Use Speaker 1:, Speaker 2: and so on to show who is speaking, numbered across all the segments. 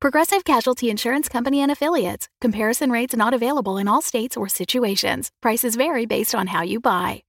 Speaker 1: Progressive Casualty Insurance Company and Affiliates. Comparison rates not available in all states or situations. Prices vary based on how you buy.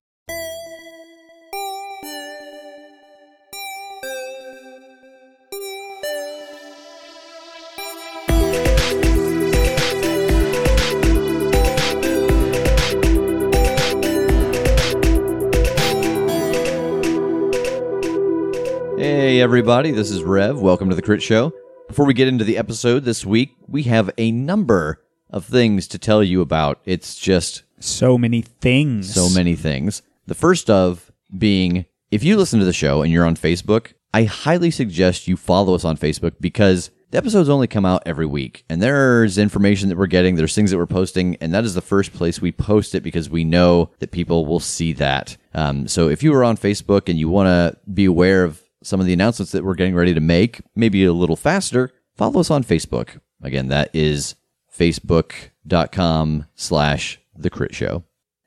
Speaker 2: Hey, everybody, this is Rev. Welcome to the Crit Show. Before we get into the episode this week, we have a number of things to tell you about. It's just
Speaker 3: so many things.
Speaker 2: so many things. The first of being if you listen to the show and you're on Facebook, I highly suggest you follow us on Facebook because the episodes only come out every week and there's information that we're getting, there's things that we're posting, and that is the first place we post it because we know that people will see that. Um, so if you are on Facebook and you want to be aware of some of the announcements that we're getting ready to make, maybe a little faster, follow us on Facebook. Again, that is facebook.com slash the crit show.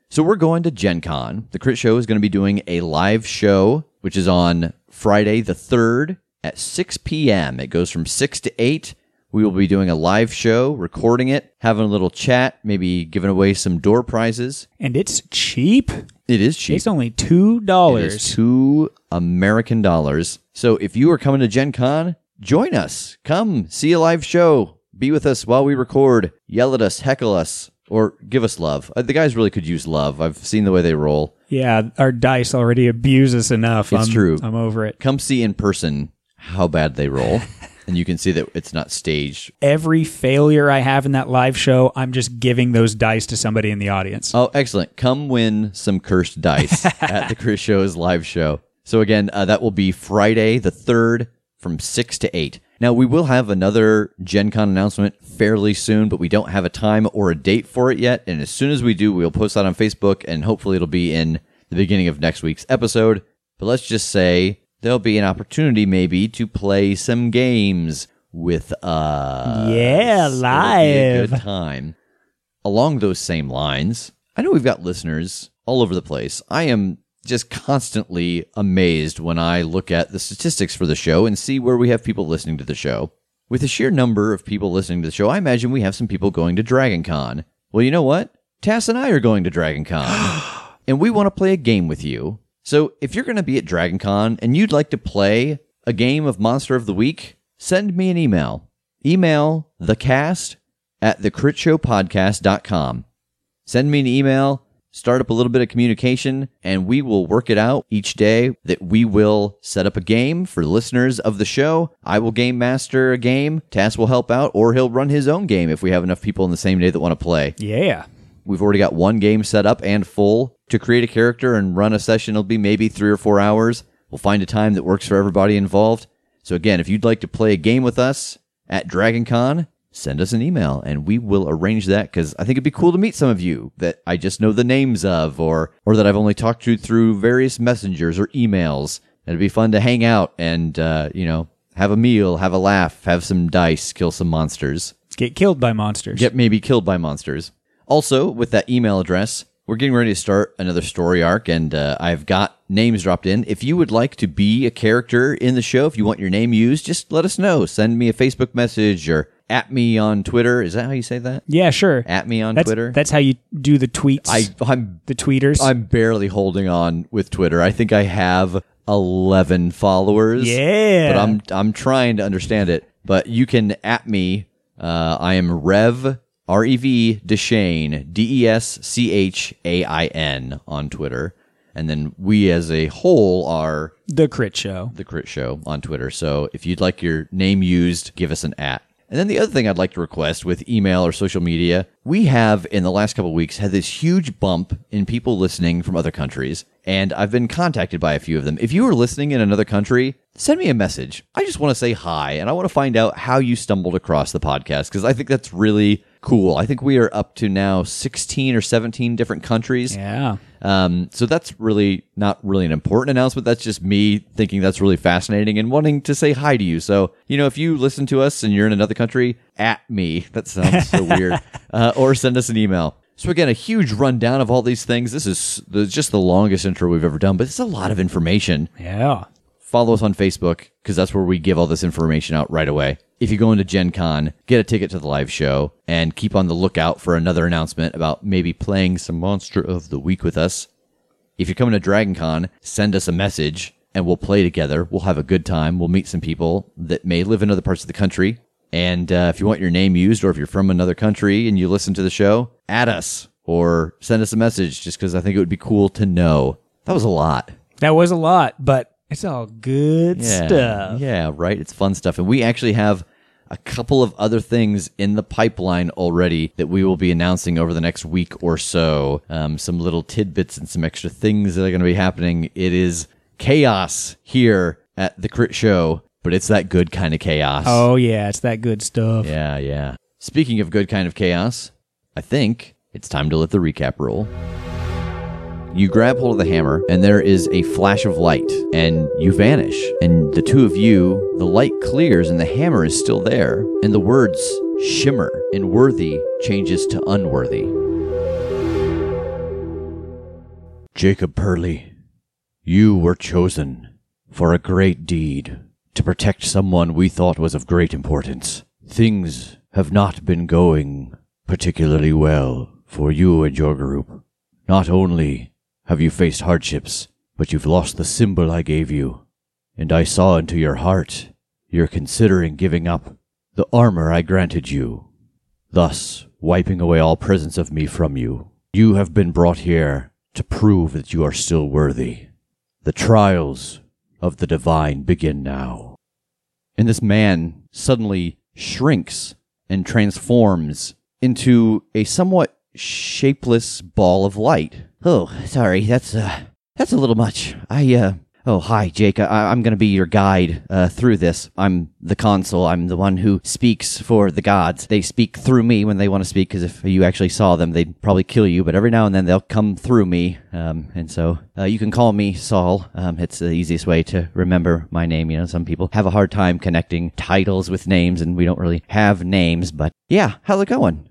Speaker 2: So we're going to Gen Con. The Crit Show is going to be doing a live show, which is on Friday the 3rd at 6 p.m. It goes from 6 to 8. We will be doing a live show, recording it, having a little chat, maybe giving away some door prizes.
Speaker 3: And it's cheap.
Speaker 2: It is cheap.
Speaker 3: It's only
Speaker 2: It
Speaker 3: two
Speaker 2: is
Speaker 3: dollars.
Speaker 2: two American dollars. So if you are coming to Gen Con, join us. Come see a live show. Be with us while we record. Yell at us, heckle us, or give us love. Uh, The guys really could use love. I've seen the way they roll.
Speaker 3: Yeah, our dice already abuse us enough.
Speaker 2: It's
Speaker 3: I'm,
Speaker 2: true.
Speaker 3: I'm over it.
Speaker 2: Come see in person how bad they roll. and you can see that it's not staged.
Speaker 3: Every failure I have in that live show, I'm just giving those dice to somebody in the audience.
Speaker 2: Oh, excellent. Come win some cursed dice at the Chris Show's live show. So, again, uh, that will be Friday the 3rd from 6 to 8. Now, we will have another Gen Con announcement fairly soon, but we don't have a time or a date for it yet. And as soon as we do, we'll post that on Facebook and hopefully it'll be in the beginning of next week's episode. But let's just say there'll be an opportunity maybe to play some games with uh, us.
Speaker 3: Yeah,
Speaker 2: It'll be a
Speaker 3: live.
Speaker 2: good time along those same lines, I know we've got listeners all over the place. I am just constantly amazed when I look at the statistics for the show and see where we have people listening to the show. With the sheer number of people listening to the show, I imagine we have some people going to Dragon Con. Well, you know what? Tass and I are going to Dragon Con, and we want to play a game with you. So if you're going to be at Dragon Con and you'd like to play a game of Monster of the Week, send me an email. Email thecast at thecritshowpodcast.com. Send me an email, start up a little bit of communication, and we will work it out each day that we will set up a game for listeners of the show. I will game master a game, Tass will help out, or he'll run his own game if we have enough people on the same day that want to play.
Speaker 3: Yeah.
Speaker 2: We've already got one game set up and full. To create a character and run a session, it'll be maybe three or four hours. We'll find a time that works for everybody involved. So, again, if you'd like to play a game with us at Dragon Con, send us an email and we will arrange that because I think it'd be cool to meet some of you that I just know the names of or, or that I've only talked to through various messengers or emails. It'd be fun to hang out and, uh, you know, have a meal, have a laugh, have some dice, kill some monsters
Speaker 3: Get killed by monsters.
Speaker 2: get maybe killed by monsters. Also, with that email address, we're getting ready to start another story arc, and uh, I've got names dropped in. If you would like to be a character in the show, if you want your name used, just let us know. Send me a Facebook message or at me on Twitter. Is that how you say that?
Speaker 3: Yeah, sure.
Speaker 2: At me on
Speaker 3: that's,
Speaker 2: Twitter.
Speaker 3: That's how you do the tweets.
Speaker 2: I, I'm
Speaker 3: the tweeters.
Speaker 2: I'm barely holding on with Twitter. I think I have 11 followers.
Speaker 3: Yeah.
Speaker 2: But I'm I'm trying to understand it. But you can at me. Uh, I am Rev R E V Deschain D E S C H A I N on Twitter. And then we as a whole are
Speaker 3: the crit show.
Speaker 2: the Crit Show on Twitter. So if you'd like your name used, give us an at. And then the other thing I'd like to request with email or social media, we have in the last couple of weeks had this huge bump in people listening from other countries, and I've been contacted by a few of them. If you are listening in another country, send me a message. I just want to say hi, and I want to find out how you stumbled across the podcast because I think that's really cool. I think we are up to now 16 or 17 different countries.
Speaker 3: Yeah.
Speaker 2: Um, so that's really not really an important announcement. That's just me thinking that's really fascinating and wanting to say hi to you. So, you know, if you listen to us and you're in another country, at me. That sounds so weird. Uh, or send us an email. So again, a huge rundown of all these things. This is the, just the longest intro we've ever done, but it's a lot of information
Speaker 3: Yeah.
Speaker 2: follow us on Facebook because that's where we give all this information out right away. If you go into Gen Con, get a ticket to the live show and keep on the lookout for another announcement about maybe playing some Monster of the Week with us. If you're coming to Dragon Con, send us a message and we'll play together. We'll have a good time. We'll meet some people that may live in other parts of the country. And uh, if you want your name used or if you're from another country and you listen to the show, add us or send us a message just because I think it would be cool to know. That was a lot.
Speaker 3: That was a lot, but it's all good stuff.
Speaker 2: Yeah, right. It's fun stuff. And we actually have a couple of other things in the pipeline already that we will be announcing over the next week or so. Um, some little tidbits and some extra things that are going to be happening. It is chaos here at the Crit Show, but it's that good kind of chaos.
Speaker 3: Oh yeah, it's that good stuff.
Speaker 2: Yeah, yeah. Speaking of good kind of chaos, I think it's time to let the recap roll. You grab hold of the hammer, and there is a flash of light, and you vanish. And the two of you, the light clears, and the hammer is still there. And the words shimmer and worthy changes to unworthy. Jacob Purley, you were chosen for a great deed to protect someone we thought was of great importance. Things have not been going particularly well for you and your group. Not only have you faced hardships, but you've lost the symbol I gave you, and I saw into your heart you're considering giving up the armor I granted you thus wiping away all presence of me from you. You have been brought here to prove that you are still worthy. The trials of the divine begin now. And this man suddenly shrinks and transforms into a somewhat shapeless ball of light. Oh, sorry, that's uh, that's a little much. I uh, oh hi, Jake. I, I'm going to be your guide uh, through this. I'm the consul. I'm the one who speaks for the gods. They speak through me when they want to speak, because if you actually saw them, they'd probably kill you. But every now and then they'll come through me, um, and so uh, you can call me Saul. Um, it's the easiest way to remember my name. You know, some people have a hard time connecting titles with names, and we don't really have names. But yeah, how's it going?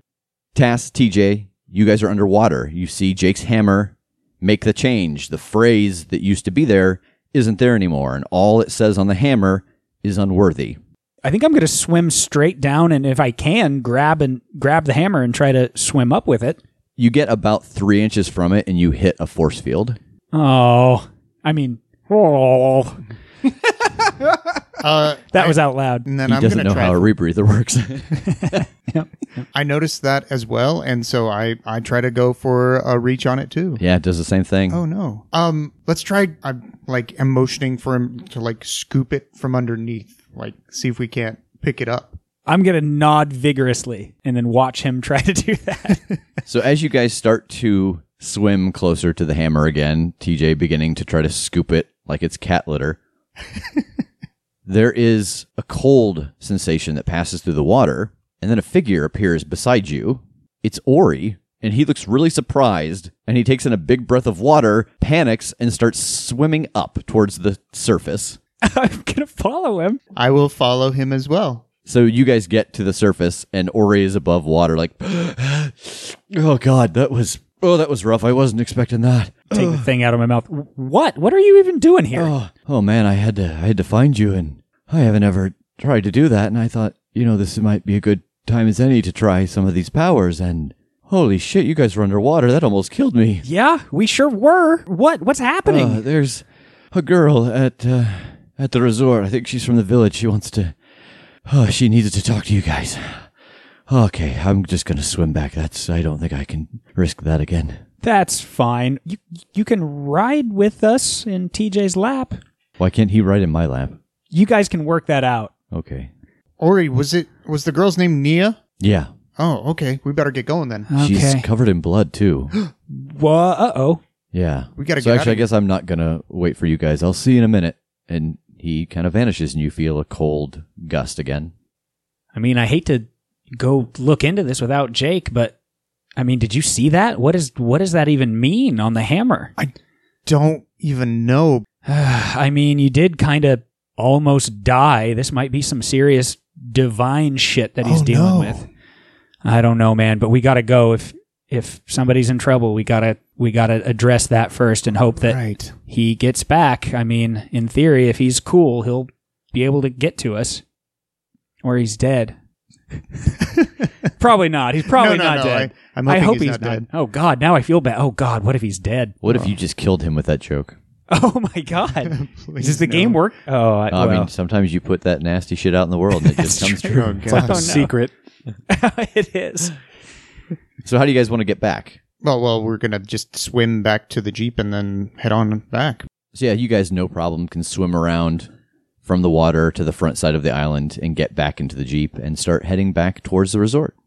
Speaker 2: Tass, TJ, you guys are underwater. You see Jake's hammer make the change. The phrase that used to be there isn't there anymore, and all it says on the hammer is unworthy.
Speaker 3: I think I'm going to swim straight down, and if I can, grab and grab the hammer and try to swim up with it.
Speaker 2: You get about three inches from it and you hit a force field.
Speaker 3: Oh, I mean, oh,
Speaker 4: Uh,
Speaker 3: that was out loud.
Speaker 4: and then
Speaker 2: he
Speaker 4: I'm
Speaker 2: doesn't
Speaker 4: going
Speaker 2: know
Speaker 4: to try.
Speaker 2: how a rebreather works.
Speaker 4: I noticed that as well, and so I I try to go for a reach on it too.
Speaker 2: yeah, it does the same thing.
Speaker 4: Oh no. Um, let's try. I'm like am motioning for him to like scoop it from underneath, like see if we can't pick it up.
Speaker 3: I'm going to nod vigorously and then watch him try to do that.
Speaker 2: So as you guys start to swim closer to the hammer again, TJ beginning to try to scoop it like it's cat litter, there is a cold sensation that passes through the water, and then a figure appears beside you. It's Ori, and he looks really surprised, and he takes in a big breath of water, panics, and starts swimming up towards the surface.
Speaker 3: I'm going to follow him.
Speaker 4: I will follow him as well.
Speaker 2: So you guys get to the surface, and Ori is above water, like, oh god, that was oh that was rough. I wasn't expecting that.
Speaker 3: Take the thing out of my mouth. What? What are you even doing here?
Speaker 2: Oh, oh man, I had to I had to find you and I haven't ever tried to do that and I thought, you know, this might be a good time as any to try some of these powers and holy shit, you guys were underwater. That almost killed me.
Speaker 3: Yeah, we sure were. What? What's happening?
Speaker 2: Uh, there's a girl at uh, at the resort. I think she's from the village. She wants to Oh, she needed to talk to you guys. Okay, I'm just going to swim back. That's I don't think I can risk that again.
Speaker 3: That's fine. You you can ride with us in TJ's lap.
Speaker 2: Why can't he ride in my lap?
Speaker 3: You guys can work that out.
Speaker 2: Okay.
Speaker 4: Ori, was it was the girl's name Nia?
Speaker 2: Yeah.
Speaker 4: Oh, okay. We better get going then.
Speaker 2: She's covered in blood too.
Speaker 3: Well, uh oh.
Speaker 2: Yeah.
Speaker 4: We gotta
Speaker 2: So
Speaker 4: get out
Speaker 2: actually,
Speaker 4: of
Speaker 2: I guess I'm not gonna wait for you guys. I'll see you in a minute. And he kind of vanishes, and you feel a cold gust again.
Speaker 3: I mean, I hate to go look into this without Jake, but I mean, did you see that? What is what does that even mean on the hammer?
Speaker 4: Don't even know.
Speaker 3: I mean, you did kind of almost die. This might be some serious divine shit that he's
Speaker 4: Oh,
Speaker 3: dealing
Speaker 4: no.
Speaker 3: with. I don't know, man, but we got to go if if somebody's in trouble, we got to we got to address that first and hope that
Speaker 4: right.
Speaker 3: he gets back. I mean, in theory, if he's cool, he'll be able to get to us. Or he's dead. probably not. He's probably
Speaker 4: No, no,
Speaker 3: not
Speaker 4: no,
Speaker 3: dead.
Speaker 4: I- I'm hoping
Speaker 3: hope
Speaker 4: he's not dead.
Speaker 3: Oh God, now I feel bad. Oh God, what if he's dead?
Speaker 2: What if you just killed him with that joke?
Speaker 3: Oh my God.
Speaker 4: Please,
Speaker 3: Does the
Speaker 4: no.
Speaker 3: game work? Oh, I,
Speaker 2: I
Speaker 3: well,
Speaker 2: mean, sometimes you put that nasty shit out in the world and it just comes true.
Speaker 4: Oh,
Speaker 3: I
Speaker 4: God.
Speaker 3: don't know.
Speaker 5: Secret.
Speaker 3: it is.
Speaker 2: So, how do you guys want to get back?
Speaker 4: Well, well, we're gonna just swim back to the jeep and then head on back.
Speaker 2: So, yeah, you guys, no problem, can swim around from the water to the front side of the island and get back into the Jeep and start heading back towards the resort.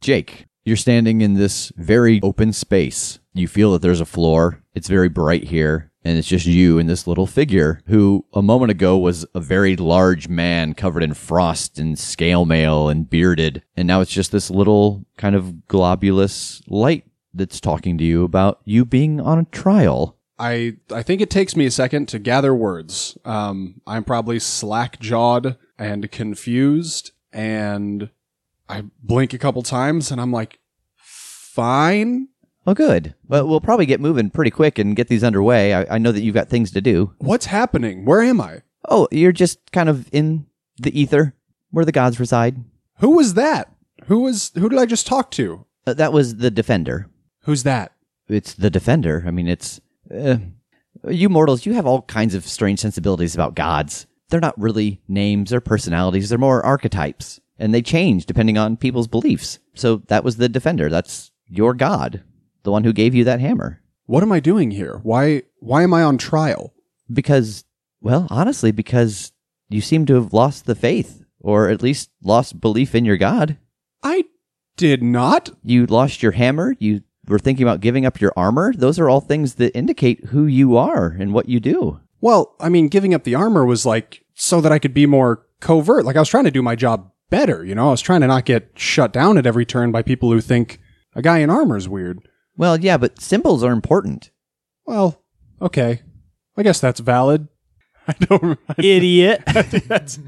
Speaker 2: Jake, you're standing in this very open space. You feel that there's a floor, it's very bright here. And it's just you and this little figure who a moment ago was a very large man covered in frost and scale mail and bearded. And now it's just this little kind of globulous light that's talking to you about you being on a trial.
Speaker 5: I I think it takes me a second to gather words. Um, I'm probably slack jawed and confused, and I blink a couple times, and I'm like, "Fine,
Speaker 2: Oh, good. Well, we'll probably get moving pretty quick and get these underway. I, I know that you've got things to do.
Speaker 5: what's happening? Where am I?
Speaker 2: Oh, you're just kind of in the ether where the gods reside.
Speaker 5: Who was that? Who was who did I just talk to?
Speaker 2: Uh, that was the defender.
Speaker 5: Who's that?
Speaker 2: It's the defender. I mean, it's. Uh, you mortals, you have all kinds of strange sensibilities about gods. They're not really names or personalities, they're more archetypes, and they change depending on people's beliefs. So that was the defender. That's your god, the one who gave you that hammer.
Speaker 5: What am I doing here? Why why am I on trial?
Speaker 2: because well honestly because you seem to have lost the faith or at least lost belief in your god
Speaker 5: I did not.
Speaker 2: you lost your hammer you were thinking about giving up your armor those are all things that indicate who you are and what you do
Speaker 5: Well, I mean, giving up the armor was like so that I could be more covert. Like I was trying to do my job better, you know? I was trying to not get shut down at every turn by people who think a guy in armor is weird.
Speaker 2: well yeah but symbols are important
Speaker 5: Well, okay. I guess that's valid. I don't
Speaker 3: Idiot.
Speaker 5: that's,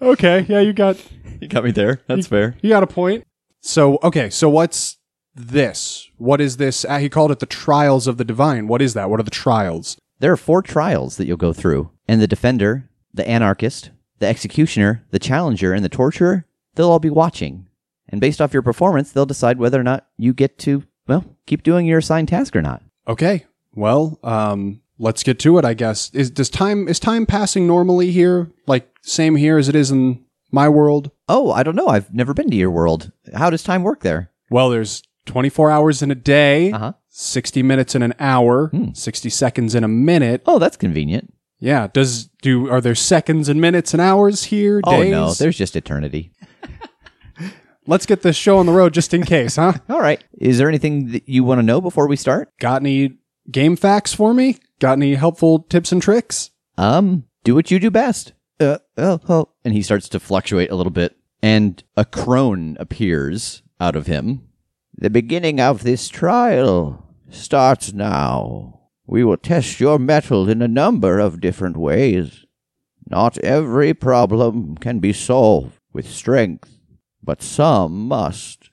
Speaker 5: Okay, yeah, you got
Speaker 2: you got me there that's fair
Speaker 5: you got a point. So, okay, so what's this? What is this? Ah, he called it the trials of the divine. What is that? What are the trials?
Speaker 2: there are four trials that you'll go through and the defender the anarchist the executioner the challenger and the torturer they'll all be watching and based off your performance they'll decide whether or not you get to well keep doing your assigned task or not
Speaker 5: Okay. Well, um, let's get to it. I guess is does time is time passing normally here? Like same here as it is in my world.
Speaker 2: Oh, I don't know. I've never been to your world. How does time work there?
Speaker 5: Well, there's 24 hours in a day,
Speaker 2: Uh huh.
Speaker 5: 60 minutes in an hour,
Speaker 2: Hmm.
Speaker 5: 60 seconds in a minute.
Speaker 2: Oh, that's convenient.
Speaker 5: Yeah. Does do are there seconds and minutes and hours here?
Speaker 2: Oh
Speaker 5: days?
Speaker 2: no, there's just eternity.
Speaker 5: let's get this show on the road just in case, huh?
Speaker 2: All right. Is there anything that you want to know before we start?
Speaker 5: Got any game facts for me? Got any helpful tips and tricks?
Speaker 2: Um, do what you do best. Uh, oh, oh. And he starts to fluctuate a little bit, and a crone appears out of him. The beginning of this trial starts now. We will test your mettle in a number of different ways. Not every problem can be solved with strength, but some must.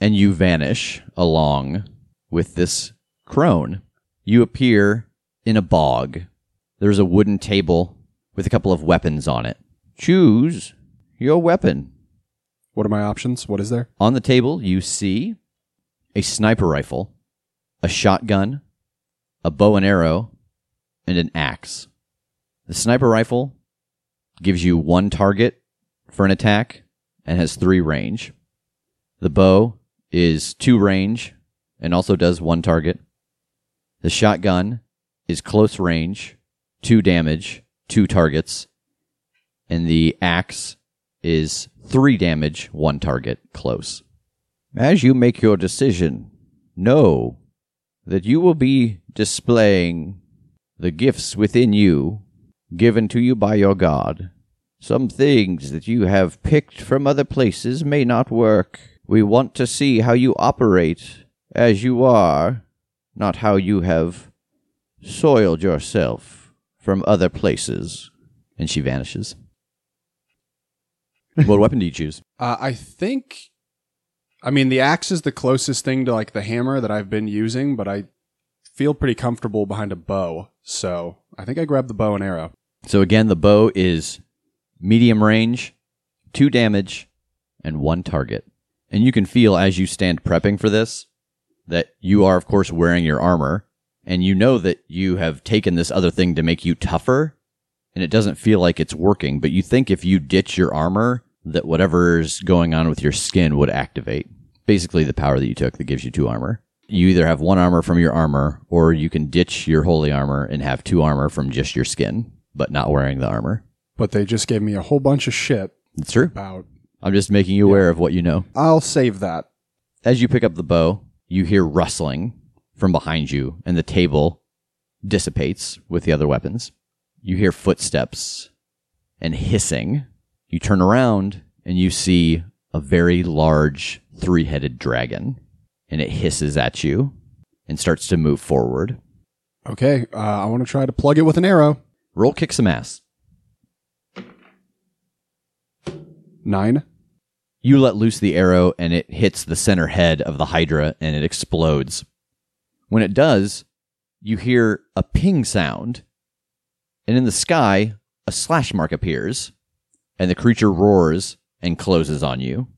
Speaker 2: And you vanish along with this crone. You appear in a bog. There's a wooden table with a couple of weapons on it. Choose your weapon.
Speaker 5: What are my options? What is there?
Speaker 2: On the table, you see a sniper rifle, a shotgun, a bow and arrow, and an axe. The sniper rifle gives you one target for an attack and has three range. The bow is two range and also does one target. The shotgun is close range, two damage, two targets. And the axe is three damage, one target, close. As you make your decision, know that you will be displaying the gifts within you given to you by your God. Some things that you have picked from other places may not work. We want to see how you operate as you are, not how you have soiled yourself from other places. And she vanishes. what weapon do you choose?
Speaker 5: Uh, I think, I mean, the axe is the closest thing to like the hammer that I've been using, but I feel pretty comfortable behind a bow. So I think I grab the bow and arrow.
Speaker 2: So again, the bow is medium range, two damage, and one target. And you can feel as you stand prepping for this that you are, of course, wearing your armor, and you know that you have taken this other thing to make you tougher, and it doesn't feel like it's working, but you think if you ditch your armor, that whatever's going on with your skin would activate. Basically, the power that you took that gives you two armor. You either have one armor from your armor, or you can ditch your holy armor and have two armor from just your skin, but not wearing the armor.
Speaker 5: But they just gave me a whole bunch of shit
Speaker 2: It's true.
Speaker 5: about.
Speaker 2: I'm just making you aware of what you know.
Speaker 5: I'll save that.
Speaker 2: As you pick up the bow, you hear rustling from behind you, and the table dissipates with the other weapons. You hear footsteps and hissing. You turn around and you see a very large three headed dragon, and it hisses at you and starts to move forward.
Speaker 5: Okay, uh, I want to try to plug it with an arrow.
Speaker 2: Roll kick some ass.
Speaker 5: Nine.
Speaker 2: You let loose the arrow and it hits the center head of the Hydra and it explodes. When it does, you hear a ping sound, and in the sky, a slash mark appears, and the creature roars and closes on you.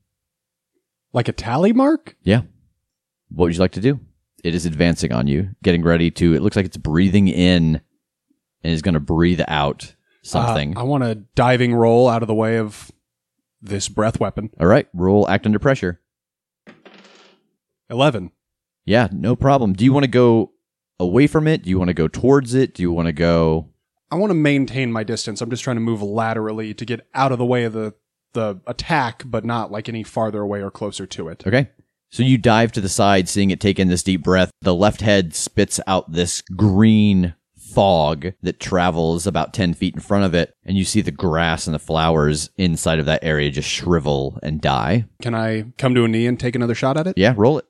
Speaker 5: Like a tally mark?
Speaker 2: Yeah. What would you like to do? It is advancing on you, getting ready to. It looks like it's breathing in and is going to breathe out something.
Speaker 5: Uh, I want a diving roll out of the way of this breath weapon.
Speaker 2: All right, roll act under pressure.
Speaker 5: 11.
Speaker 2: Yeah, no problem. Do you want to go away from it? Do you want to go towards it? Do you want to go?
Speaker 5: I want to maintain my distance. I'm just trying to move laterally to get out of the way of the the attack, but not like any farther away or closer to it.
Speaker 2: Okay. So you dive to the side, seeing it take in this deep breath. The left head spits out this green fog that travels about 10 feet in front of it, and you see the grass and the flowers inside of that area just shrivel and die.
Speaker 5: Can I come to a knee and take another shot at it?
Speaker 2: Yeah, roll it.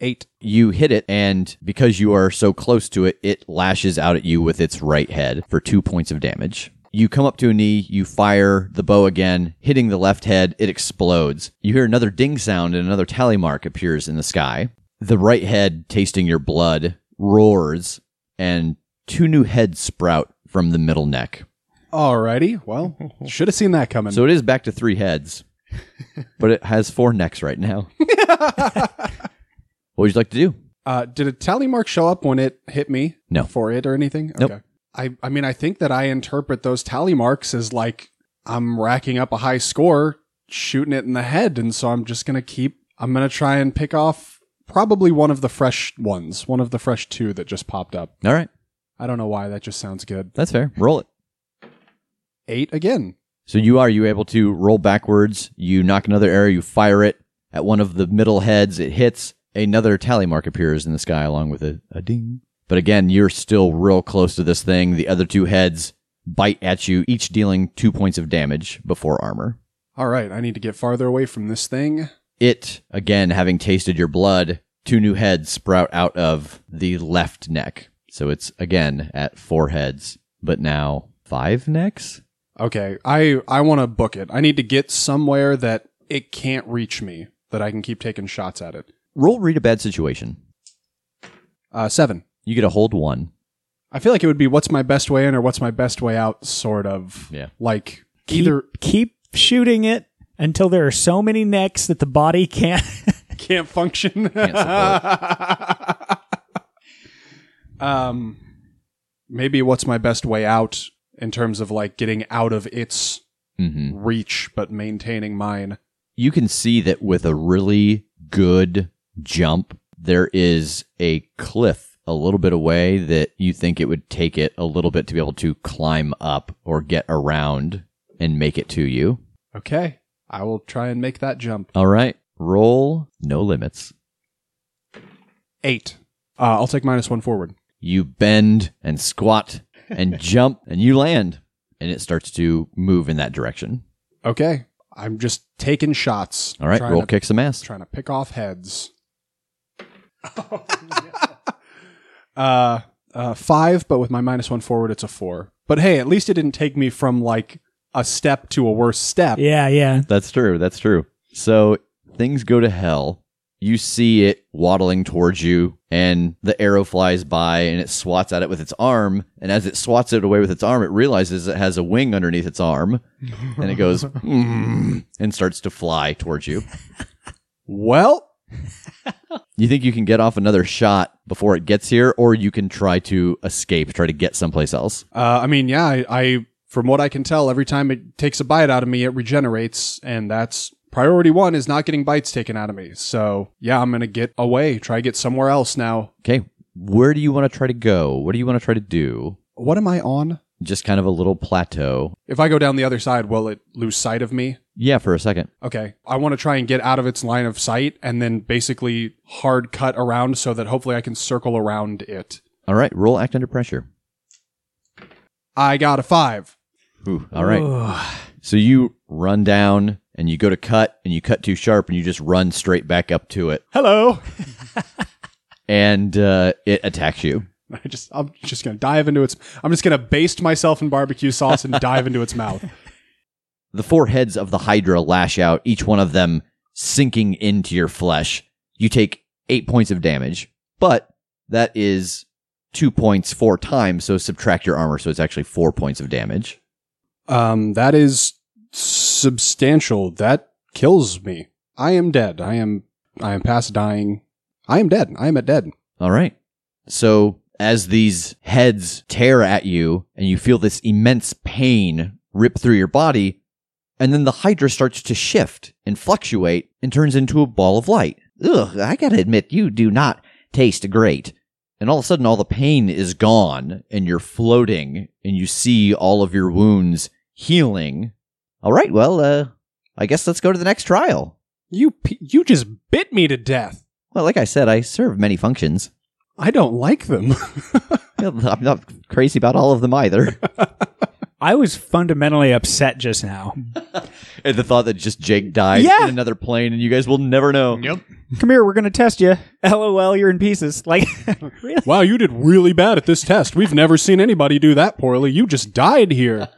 Speaker 5: Eight.
Speaker 2: You hit it, and because you are so close to it, it lashes out at you with its right head for two points of damage. You come up to a knee, you fire the bow again, hitting the left head, it explodes. You hear another ding sound, and another tally mark appears in the sky. The right head, tasting your blood, roars, and two new heads sprout from the middle neck.
Speaker 5: Alrighty. Well, should have seen that coming.
Speaker 2: So it is back to three heads, but it has four necks right now. what would you like to do?
Speaker 5: uh, did a tally mark show up when it hit me?
Speaker 2: No.
Speaker 5: For it or anything?
Speaker 2: Nope.
Speaker 5: Okay. I, I mean, I think that I interpret those tally marks as like I'm racking up a high score, shooting it in the head. And so I'm just going to keep, I'm going to try and pick off probably one of the fresh ones, one of the fresh two that just popped up.
Speaker 2: All right,
Speaker 5: I don't know why. That just sounds good.
Speaker 2: that's fair. Roll it.
Speaker 5: Eight again.
Speaker 2: So you are you able to roll backwards, you knock another arrow, you fire it at one of the middle heads, it hits, another tally mark appears in the sky along with a, a ding. But again, you're still real close to this thing. The other two heads bite at you, each dealing two points of damage before armor.
Speaker 5: All right. I need to get farther away from this thing.
Speaker 2: It, again, having tasted your blood, two new heads sprout out of the left neck. So it's again at four heads, but now five necks?
Speaker 5: Okay. I, I want to book it. I need to get somewhere that it can't reach me, that I can keep taking shots at it.
Speaker 2: Roll read a bad situation.
Speaker 5: Uh, seven.
Speaker 2: You get a hold one.
Speaker 5: I feel like it would be what's my best way in or what's my best way out, sort of.
Speaker 2: Yeah.
Speaker 5: Like
Speaker 3: Keep,
Speaker 5: either
Speaker 3: keep shooting it until there are so many necks that the body can't.
Speaker 5: can't function. um, maybe what's my best way out in terms of like getting out of its
Speaker 2: Mm-hmm.
Speaker 5: reach but maintaining mine.
Speaker 2: you can see that with a really good jump, there is a cliff a little bit away that you think it would take it a little bit to be able to climb up or get around and make it to you.
Speaker 5: Okay. I will try and make that jump.
Speaker 2: All right, roll no limits.
Speaker 5: Eight. Uh, I'll take minus one forward.
Speaker 2: You bend and squat and jump and you land. and it starts to move in that direction.
Speaker 5: Okay. I'm just taking shots.
Speaker 2: All right,
Speaker 5: Trying
Speaker 2: roll
Speaker 5: to-
Speaker 2: kick some ass.
Speaker 5: Trying to pick off heads. uh, uh, five, but with my minus one forward, it's a four. But hey, at least it didn't take me from like a step to a worse step.
Speaker 3: Yeah, yeah.
Speaker 2: That's true. That's true. So things go to hell. You see it waddling towards you, and the arrow flies by and it swats at it with its arm. And as it swats it away with its arm, it realizes it has a wing underneath its arm and it goes "Mm," and starts to fly towards you.
Speaker 5: Well,
Speaker 2: You think you can get off another shot before it gets here, or you can try to escape, try to get someplace else.
Speaker 5: uh, I mean, yeah, I, I, from what I can tell, every time it takes a bite out of me, it regenerates. And that's priority one is not getting bites taken out of me. So yeah, I'm going to get away, try to get somewhere else now.
Speaker 2: Okay. Where do you want to try to go? What do you want to try to do?
Speaker 5: What am I on?
Speaker 2: Just kind of a little plateau.
Speaker 5: If I go down the other side, will it lose sight of me?
Speaker 2: Yeah, for a second.
Speaker 5: Okay. I want to try and get out of its line of sight and then basically hard cut around so that hopefully I can circle around it.
Speaker 2: All right. Roll act under pressure.
Speaker 5: I got a five.
Speaker 2: All right. So you run down and you go to cut and you cut too sharp and you just run straight back up to it
Speaker 5: Hello.
Speaker 2: and uh, it attacks you.
Speaker 5: I just I'm just gonna dive into its I'm just gonna baste myself in barbecue sauce and dive into its mouth.
Speaker 2: The four heads of the Hydra lash out, each one of them sinking into your flesh. You take eight points of damage, but that is two points four times, so subtract your armor, so it's actually four points of damage.
Speaker 5: Um that is substantial. That kills me. I am dead. I am I am past dying. I am dead. I am at dead.
Speaker 2: All right. So as these heads tear at you and you feel this immense pain rip through your body, and then the Hydra starts to shift and fluctuate and turns into a ball of light. Ugh, I gotta admit, you do not taste great. And all of a sudden, all the pain is gone and you're floating and you see all of your wounds healing. All right, well, uh, I guess let's go to the next trial.
Speaker 5: You pe- you just bit me to death.
Speaker 2: Well, like I said, I serve many functions.
Speaker 5: I don't like them.
Speaker 2: I'm not crazy about all of them either.
Speaker 3: I was fundamentally upset just now.
Speaker 2: At the thought that just Jake died
Speaker 3: Yeah.
Speaker 2: in another plane and you guys will never know.
Speaker 4: Yep.
Speaker 3: Come here, we're gonna test you. LOL, you're in pieces. Like, really?
Speaker 5: Wow, you did really bad at this test. We've never seen anybody do that poorly. You just died here.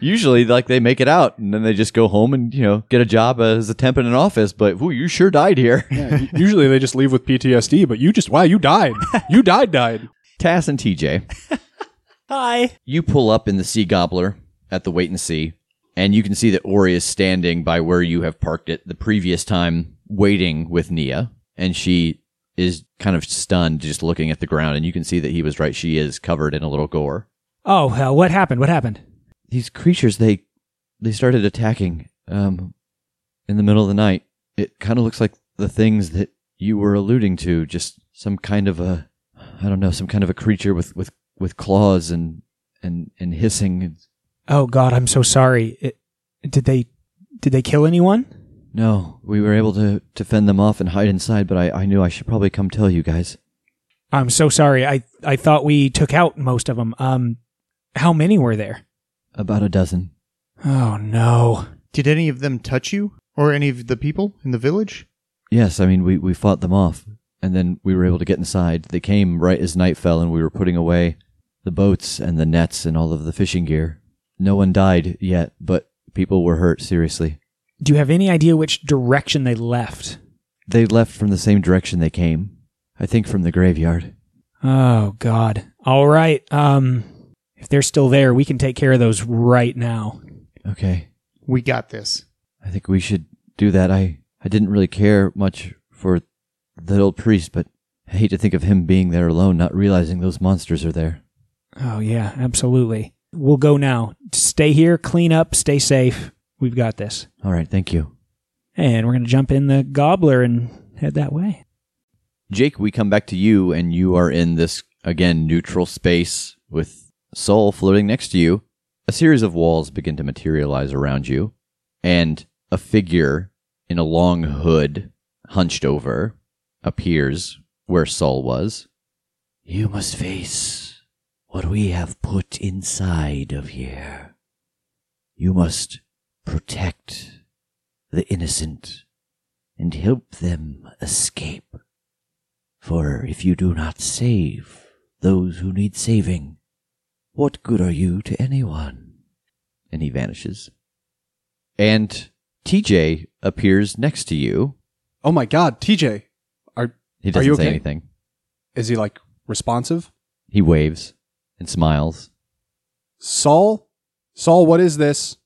Speaker 2: Usually, like, they make it out and then they just go home and, you know, get a job as a temp in an office, but ooh, you sure died here.
Speaker 5: U- Usually they just leave with PTSD, but you just wow, you died. You died, died.
Speaker 2: Tass and TJ,
Speaker 3: Hi.
Speaker 2: you pull up in the Sea Gobbler at the Wait and See, and you can see that Ori is standing by where you have parked it the previous time, waiting with Nia, and she is kind of stunned just looking at the ground, and you can see that he was right. She is covered in a little gore.
Speaker 3: Oh, hell, what happened? What happened?
Speaker 2: these creatures they they started attacking um in the middle of the night it kind of looks like the things that you were alluding to just some kind of a i don't know some kind of a creature with with with claws and and and hissing
Speaker 3: Oh God, I'm so sorry. It, did they did they kill anyone?
Speaker 2: no we were able to to fend them off and hide inside but i i knew i should probably come tell you guys
Speaker 3: I'm so sorry. I I thought we took out most of them. Um, how many were there?
Speaker 2: about a dozen
Speaker 3: Oh no.
Speaker 4: Did any of them touch you or any of the people in the village?
Speaker 2: yes i mean we we fought them off and then we were able to get inside they came right as night fell and we were putting away the boats and the nets and all of the fishing gear. No one died yet, but people were hurt seriously.
Speaker 3: Do you have any idea which direction they left?
Speaker 2: They left from the same direction they came. I think from the graveyard.
Speaker 3: Oh God. All right. Um, if they're still there, we can take care of those right now.
Speaker 2: Okay.
Speaker 4: We got this.
Speaker 2: I think we should do that. I, I didn't really care much for the old priest, but I hate to think of him being there alone, not realizing those monsters are there.
Speaker 3: Oh yeah, absolutely. We'll go now. Stay here, clean up, stay safe. We've got this.
Speaker 2: All right. Thank you.
Speaker 3: And we're gonna jump in the gobbler and head that way.
Speaker 2: Jake, we come back to you, and you are in this, again, neutral space with Soul floating next to you. A series of walls begin to materialize around you, and a figure in a long hood, hunched over, appears where Soul was. You must face what we have put inside of here. You must protect the innocent and help them escape. For if you do not save those who need saving, what good are you to anyone? And he vanishes. And TJ appears next to you.
Speaker 5: Oh my God, TJ, are
Speaker 2: He
Speaker 5: Are
Speaker 2: doesn't
Speaker 5: you
Speaker 2: say
Speaker 5: okay?
Speaker 2: anything.
Speaker 5: is he like responsive?
Speaker 2: He waves and smiles,
Speaker 5: Saul, Saul, what is this?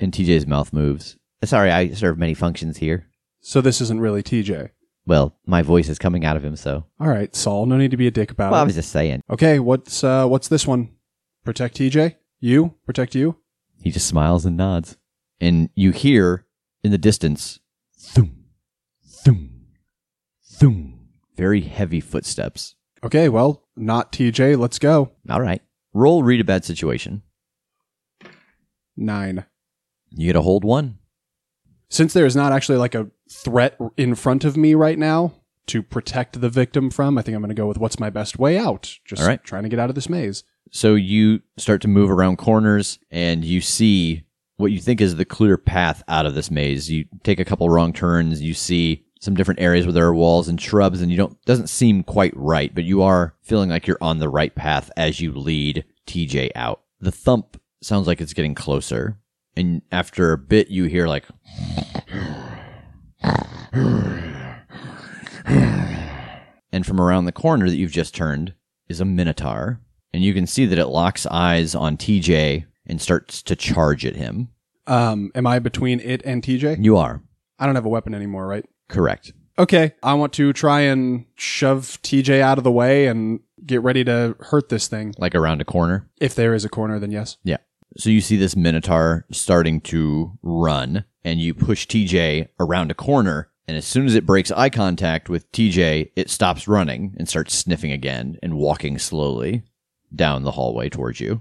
Speaker 2: and TJ's mouth moves. Sorry, I serve many functions here.
Speaker 5: So this isn't really TJ.
Speaker 2: Well, my voice is coming out of him, so.
Speaker 5: All right, Saul, no need to be a dick about
Speaker 2: Well, I
Speaker 5: it.
Speaker 2: was just saying.
Speaker 5: Okay, what's uh, what's this one? Protect TJ. You protect you.
Speaker 2: He just smiles and nods. And you hear in the distance thum, thum, thum, very heavy footsteps.
Speaker 5: Okay, well, not TJ. Let's go.
Speaker 2: All right. Roll read a bad situation.
Speaker 5: Nine.
Speaker 2: You get a hold one.
Speaker 5: Since there is not actually like a threat in front of me right now to protect the victim from, I think I'm going to go with what's my best way out. Just
Speaker 2: All right.
Speaker 5: trying to get out of this maze.
Speaker 2: So you start to move around corners and you see what you think is the clear path out of this maze. You take a couple wrong turns, you see some different areas where there are walls and shrubs and you don't doesn't seem quite right, but you are feeling like you're on the right path as you lead TJ out. The thump sounds like it's getting closer. And after a bit you hear like and from around the corner that you've just turned is a minotaur and you can see that it locks eyes on TJ and starts to charge at him.
Speaker 5: Um, am I between it and TJ?
Speaker 2: You are
Speaker 5: I don't have a weapon anymore, right?
Speaker 2: correct.
Speaker 5: Okay, I want to try and shove TJ out of the way and get ready to hurt this thing.
Speaker 2: Like around a corner.
Speaker 5: If there is a corner, then yes.
Speaker 2: So you see this minotaur starting to run and you push TJ around a corner. And as soon as it breaks eye contact with TJ, it stops running and starts sniffing again and walking slowly down the hallway towards you.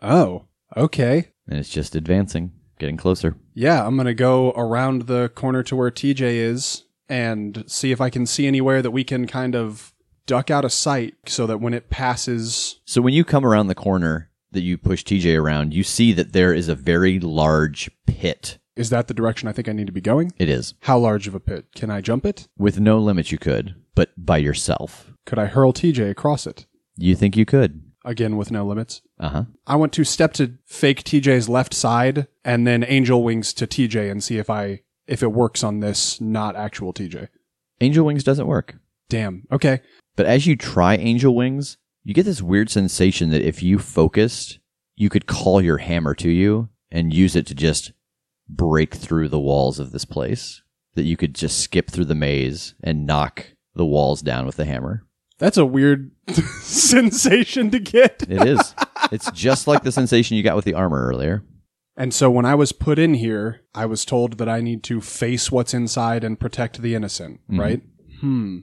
Speaker 5: Oh, okay.
Speaker 2: And it's just advancing, getting closer.
Speaker 5: Yeah, I'm going to go around the corner to where TJ is and see if I can see anywhere that we can kind of duck out of sight so that when it passes.
Speaker 2: So when you come around the corner that you push TJ around, you see that there is a very large pit.
Speaker 5: Is that the direction I think I need to be going?
Speaker 2: It is.
Speaker 5: How large of a pit? Can I jump it?
Speaker 2: With no limit, you could, but by yourself.
Speaker 5: Could I hurl TJ across it?
Speaker 2: You think you could?
Speaker 5: Again, with no limits.
Speaker 2: Uh huh.
Speaker 5: I want to step to fake TJ's left side and then angel wings to TJ and see if I if it works on this not actual TJ.
Speaker 2: Angel wings doesn't work.
Speaker 5: Damn. Okay.
Speaker 2: But as you try angel wings, you get this weird sensation that if you focused, you could call your hammer to you and use it to just break through the walls of this place. That you could just skip through the maze and knock the walls down with the hammer.
Speaker 5: That's a weird sensation to get.
Speaker 2: It is. it's just like the sensation you got with the armor earlier.
Speaker 5: And so when I was put in here, I was told that I need to face what's inside and protect the innocent,
Speaker 2: Mhm.
Speaker 5: right? Hmm.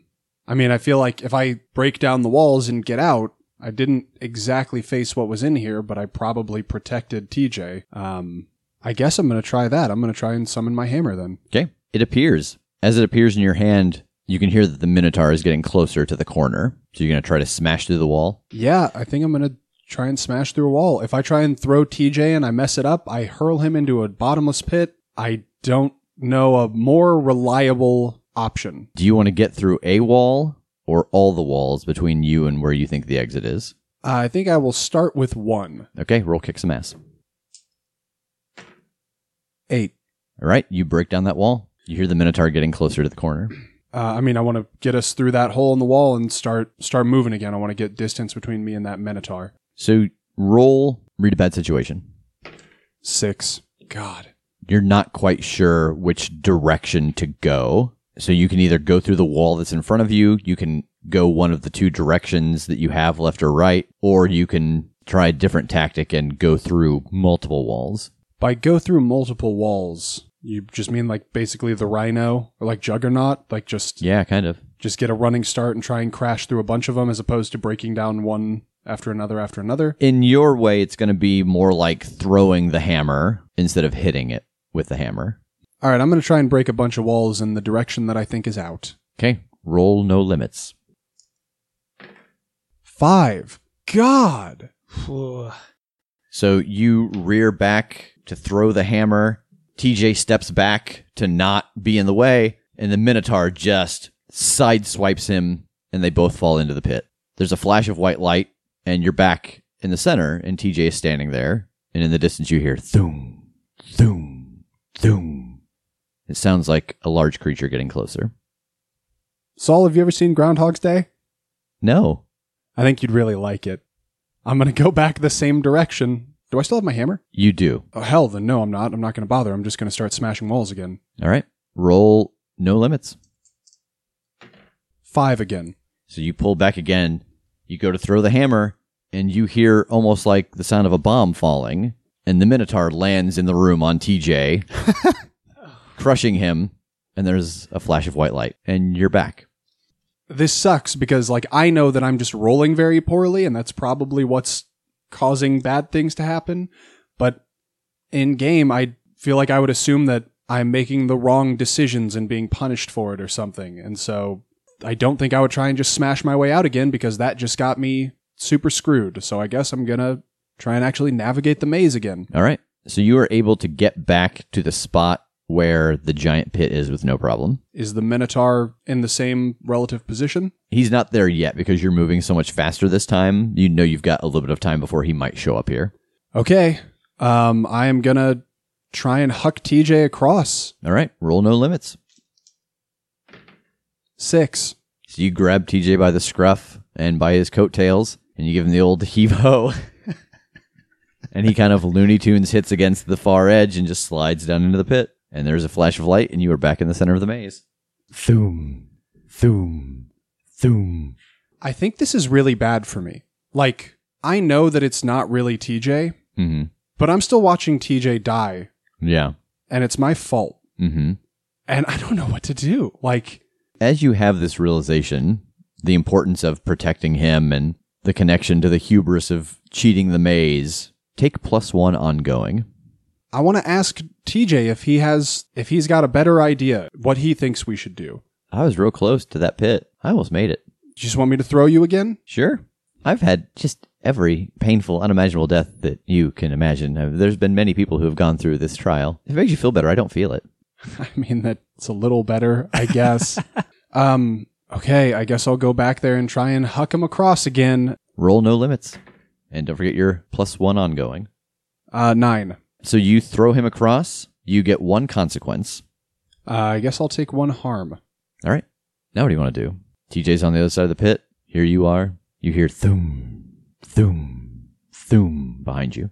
Speaker 5: I mean, I feel like if I break down the walls and get out, I didn't exactly face what was in here, but I probably protected TJ. Um, I guess I'm going to try that. I'm going to try and summon my hammer then.
Speaker 2: Okay. It appears. As it appears in your hand, you can hear that the Minotaur is getting closer to the corner. So you're going to try to smash through the wall.
Speaker 5: Yeah, I think I'm going to try and smash through a wall. If I try and throw TJ and I mess it up, I hurl him into a bottomless pit. I don't know a more reliable option.
Speaker 2: Do you want to get through a wall or all the walls between you and where you think the exit is?
Speaker 5: I think I will start with one.
Speaker 2: Okay, roll kick some ass.
Speaker 5: Eight.
Speaker 2: All right, you break down that wall. You hear the Minotaur getting closer to the corner.
Speaker 5: Uh, I mean, I want to get us through that hole in the wall and start start moving again. I want to get distance between me and that Minotaur.
Speaker 2: So roll, read a bad situation.
Speaker 5: Six. God.
Speaker 2: You're not quite sure which direction to go. So you can either go through the wall that's in front of you, you can go one of the two directions that you have, left or right, or you can try a different tactic and go through multiple walls.
Speaker 5: By go through multiple walls, you just mean like basically the Rhino or like Juggernaut, like just
Speaker 2: Yeah, kind of.
Speaker 5: just get a running start and try and crash through a bunch of them, as opposed to breaking down one after another after another.
Speaker 2: in your way, it's going to be more like throwing the hammer instead of hitting it with the hammer.
Speaker 5: All right, I'm going to try and break a bunch of walls in the direction that I think is out.
Speaker 2: Okay. Roll no limits.
Speaker 5: Five. God.
Speaker 3: Phew.
Speaker 2: So you rear back to throw the hammer. TJ steps back to not be in the way, and the Minotaur just sideswipes him, and they both fall into the pit. There's a flash of white light, and you're back in the center, and TJ is standing there, and in the distance you hear thoom, thoom, thoom. It sounds like a large creature getting closer.
Speaker 5: Saul, have you ever seen Groundhog's Day?
Speaker 2: No.
Speaker 5: I think you'd really like it. I'm going to go back the same direction. Do I still have my hammer?
Speaker 2: You do.
Speaker 5: Oh, hell, then no, I'm not. I'm not going to bother. I'm just going to start smashing walls again.
Speaker 2: All right. Roll no limits.
Speaker 5: Five again.
Speaker 2: So you pull back again. You go to throw the hammer, and you hear almost like the sound of a bomb falling. And the Minotaur lands in the room on TJ, crushing him. And there's a flash of white light, and you're back.
Speaker 5: This sucks because, like, I know that I'm just rolling very poorly, and that's probably what's causing bad things to happen. But in game, I feel like I would assume that I'm making the wrong decisions and being punished for it or something. And so I don't think I would try and just smash my way out again because that just got me super screwed. So I guess I'm going to try and actually navigate the maze again.
Speaker 2: All right. So you are able to get back to the spot where the giant pit is with no problem.
Speaker 5: Is the Minotaur in the same relative position?
Speaker 2: He's not there yet because you're moving so much faster this time. You know you've got a little bit of time before he might show up here.
Speaker 5: Okay. Um, I am going to try and huck TJ across.
Speaker 2: All right. Roll no limits.
Speaker 5: Six.
Speaker 2: So you grab TJ by the scruff and by his coattails, and you give him the old heave ho. and he kind of Looney Tunes hits against the far edge and just slides down into the pit. And there's a flash of light, and you are back in the center of the maze. Thoom, thoom, thoom.
Speaker 5: I think this is really bad for me. Like, I know that it's not really TJ,
Speaker 2: hmm
Speaker 5: but I'm still watching TJ die,
Speaker 2: Yeah.
Speaker 5: and it's my fault.
Speaker 2: hmm
Speaker 5: And I don't know what to do. Like,
Speaker 2: As you have this realization, the importance of protecting him and the connection to the hubris of cheating the maze, take plus one ongoing.
Speaker 5: I want to ask TJ if he has, if he's got a better idea what he thinks we should do.
Speaker 2: I was real close to that pit. I almost made it.
Speaker 5: You just want me to throw you again?
Speaker 2: Sure. I've had just every painful, unimaginable death that you can imagine. Uh, There's been many people who have gone through this trial. If it makes you feel better, I don't feel it.
Speaker 5: I mean, that's a little better, I guess. um, okay, I guess I'll go back there and try and huck him across again.
Speaker 2: Roll no limits. And don't forget your plus one ongoing.
Speaker 5: Uh, nine.
Speaker 2: So you throw him across, you get one consequence.
Speaker 5: Uh, I guess I'll take one harm.
Speaker 2: All right. Now what do you want to do? TJ's on the other side of the pit. Here you are. You hear thoom, thoom, thoom behind you.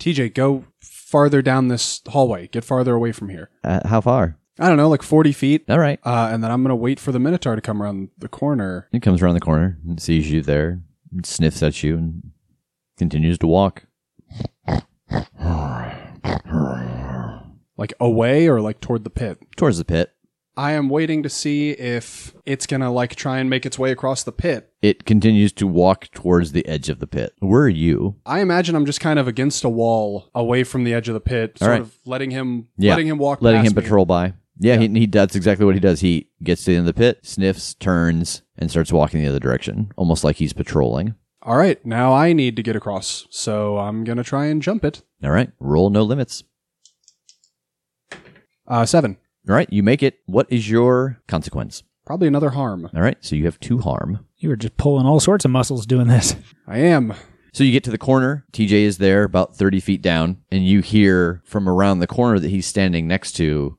Speaker 5: TJ, go farther down this hallway. Get farther away from here.
Speaker 2: Uh, how far?
Speaker 5: I don't know, like 40 feet.
Speaker 2: All right.
Speaker 5: Uh, and then I'm going to wait for the Minotaur to come around the corner.
Speaker 2: He comes around the corner and sees you there, and sniffs at you, and continues to walk.
Speaker 5: Like away or like toward the pit.
Speaker 2: towards the pit.
Speaker 5: I am waiting to see if it's going to like try and make its way across the pit.
Speaker 2: It continues to walk towards the edge of the pit. Where are you?
Speaker 5: I imagine I'm just kind of against a wall away from the edge of the pit,
Speaker 2: All
Speaker 5: sort
Speaker 2: right.
Speaker 5: of letting him
Speaker 2: Yeah.
Speaker 5: letting him walk
Speaker 2: Letting
Speaker 5: past
Speaker 2: him
Speaker 5: me.
Speaker 2: patrol by. Yeah, He, he that's exactly what he does. He gets to the end of the pit, sniffs, turns, and starts walking the other direction, almost like he's patrolling.
Speaker 5: All right, now I need to get across. So I'm going to try and jump it.
Speaker 2: All right, roll no limits.
Speaker 5: Uh 7.
Speaker 2: All right, you make it. What is your consequence?
Speaker 5: Probably another harm.
Speaker 2: All right, so you have two harm.
Speaker 3: You were just pulling all sorts of muscles doing this.
Speaker 5: I am.
Speaker 2: So you get to the corner. TJ is there about 30 feet down, and you hear from around the corner that he's standing next to.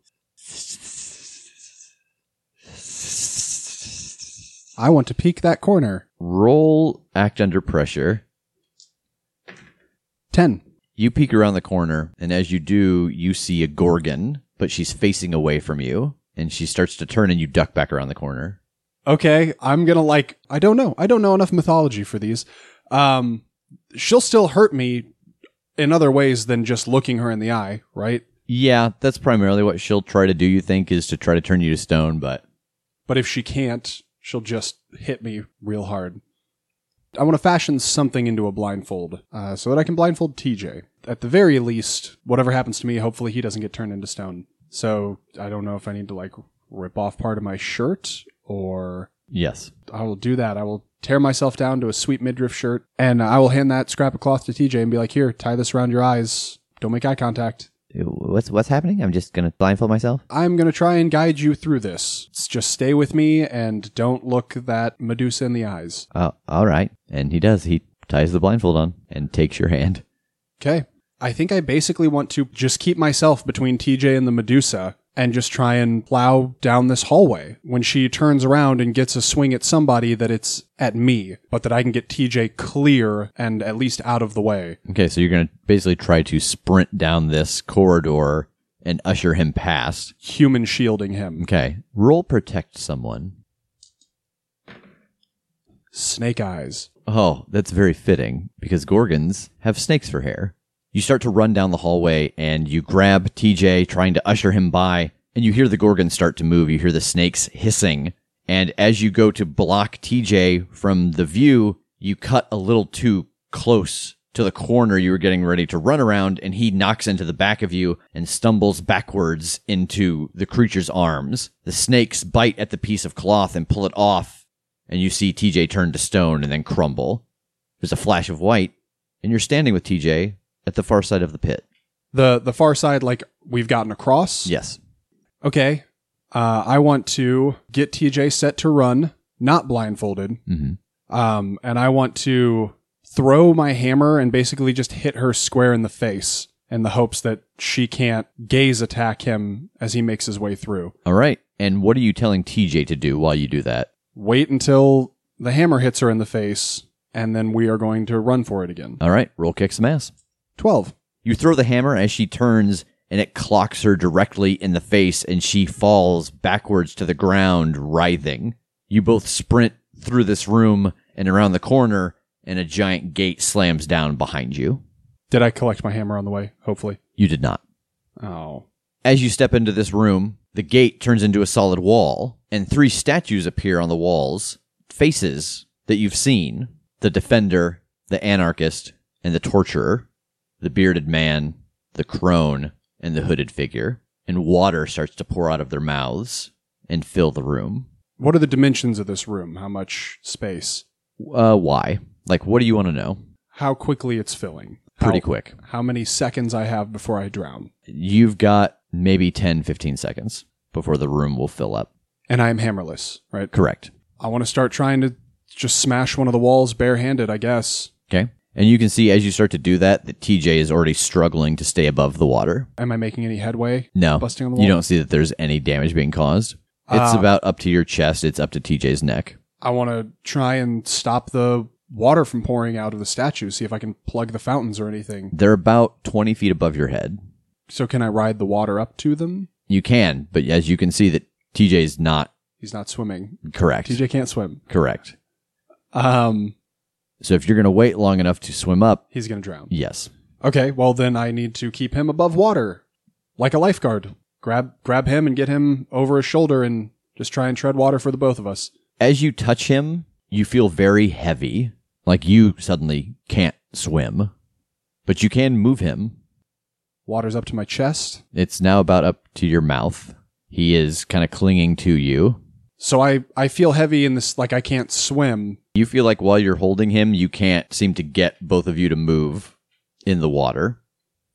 Speaker 5: I want to peek that corner.
Speaker 2: Roll act under pressure.
Speaker 5: 10.
Speaker 2: You peek around the corner, and as you do, you see a Gorgon, but she's facing away from you, and she starts to turn, and you duck back around the corner.
Speaker 5: okay, I'm gonna like I don't know. I don't know enough mythology for these. Um she'll still hurt me in other ways than just looking her in the eye, right?
Speaker 2: Yeah, that's primarily what she'll try to do, you think, is to try to turn you to stone, but
Speaker 5: But if she can't, she'll just hit me real hard. I want to fashion something into a blindfold uh, so that I can blindfold TJ. At the very least, whatever happens to me, hopefully he doesn't get turned into stone. So I don't know if I need to like rip off part of my shirt or
Speaker 2: Yes.
Speaker 5: I will do that. I will tear myself down to a sweet midriff shirt and I will hand that scrap of cloth to TJ and be like, here, tie this around your eyes. Don't make eye contact.
Speaker 2: What's what's happening? I'm just gonna blindfold myself.
Speaker 5: I'm going to try and guide you through this. S- Just stay with me and don't look that Medusa in the eyes.
Speaker 2: Oh, all right. And he does. He ties the blindfold on and takes your hand.
Speaker 5: Okay. I think I basically want to just keep myself between TJ and the Medusa and just try and plow down this hallway. When she turns around and gets a swing at somebody, that it's at me, but that I can get TJ clear and at least out of the way.
Speaker 2: Okay, so you're gonna basically try to sprint down this corridor and usher him past.
Speaker 5: Human shielding him.
Speaker 2: Okay. Roll protect someone.
Speaker 5: Snake eyes.
Speaker 2: Oh, that's very fitting because gorgons have snakes for hair. You start to run down the hallway and you grab TJ, trying to usher him by, and you hear the gorgons start to move. You hear the snakes hissing. And as you go to block TJ from the view, you cut a little too close to the corner you were getting ready to run around, and he knocks into the back of you and stumbles backwards into the creature's arms. The snakes bite at the piece of cloth and pull it off, and you see TJ turn to stone and then crumble. There's a flash of white, and you're standing with TJ at the far side of the pit.
Speaker 5: The the far side, like we've gotten across.
Speaker 2: Yes.
Speaker 5: Okay. Uh, I want to get TJ set to run, not blindfolded.
Speaker 2: Mm-hmm.
Speaker 5: Um, and I want to throw my hammer and basically just hit her square in the face in the hopes that she can't gaze attack him as he makes his way through.
Speaker 2: All right. And what are you telling TJ to do while you do that?
Speaker 5: Wait until the hammer hits her in the face, and then we are going to run for it again.
Speaker 2: All right. Roll kick some ass.
Speaker 5: 12.
Speaker 2: You throw the hammer as she turns, and it clocks her directly in the face, and she falls backwards to the ground, writhing. You both sprint through this room and around the corner, and a giant gate slams down behind you.
Speaker 5: Did I collect my hammer on the way? Hopefully.
Speaker 2: You did not.
Speaker 5: Oh.
Speaker 2: As you step into this room, the gate turns into a solid wall, and three statues appear on the walls faces that you've seen the defender, the anarchist, and the torturer, the bearded man, the crone, and the hooded figure. And water starts to pour out of their mouths and fill the room.
Speaker 5: What are the dimensions of this room? How much space?
Speaker 2: Uh, why? Like, what do you want to know?
Speaker 5: How quickly it's filling?
Speaker 2: Pretty
Speaker 5: How-
Speaker 2: quick.
Speaker 5: How many seconds I have before I drown?
Speaker 2: You've got maybe 10, 15 seconds before the room will fill up.
Speaker 5: And I am hammerless, right?
Speaker 2: Correct.
Speaker 5: I want to start trying to just smash one of the walls barehanded, I guess.
Speaker 2: Okay. And you can see as you start to do that that TJ is already struggling to stay above the water.
Speaker 5: Am I making any headway?
Speaker 2: No.
Speaker 5: Busting on the
Speaker 2: You
Speaker 5: wall?
Speaker 2: don't see that there's any damage being caused. It's
Speaker 5: Ah.
Speaker 2: about up to your chest, it's up to TJ's neck.
Speaker 5: I want to try and stop the water from pouring out of the statue, see if I can plug the fountains or anything.
Speaker 2: They're about 20 feet above your head.
Speaker 5: So, can I ride the water up to them?
Speaker 2: You can, but as you can see that TJ's not
Speaker 5: He's not swimming.
Speaker 2: correct.
Speaker 5: TJ can't swim.
Speaker 2: Correct.
Speaker 5: Um,
Speaker 2: So if you're going to wait long enough to swim up,
Speaker 5: he's going to drown.
Speaker 2: yes.
Speaker 5: Okay, well then I need to keep him above water, like a lifeguard. Grab grab him and get him over his shoulder and just try and tread water for the both of us.
Speaker 2: As you touch him, you feel very heavy, like you suddenly can't swim, but you can move him
Speaker 5: Water's up to my chest.
Speaker 2: It's now about up to your mouth. He is kind of clinging to you.
Speaker 5: So I I feel heavy in this like I can't swim.
Speaker 2: You feel like while you're holding him, you can't seem to get both of you to move in the water.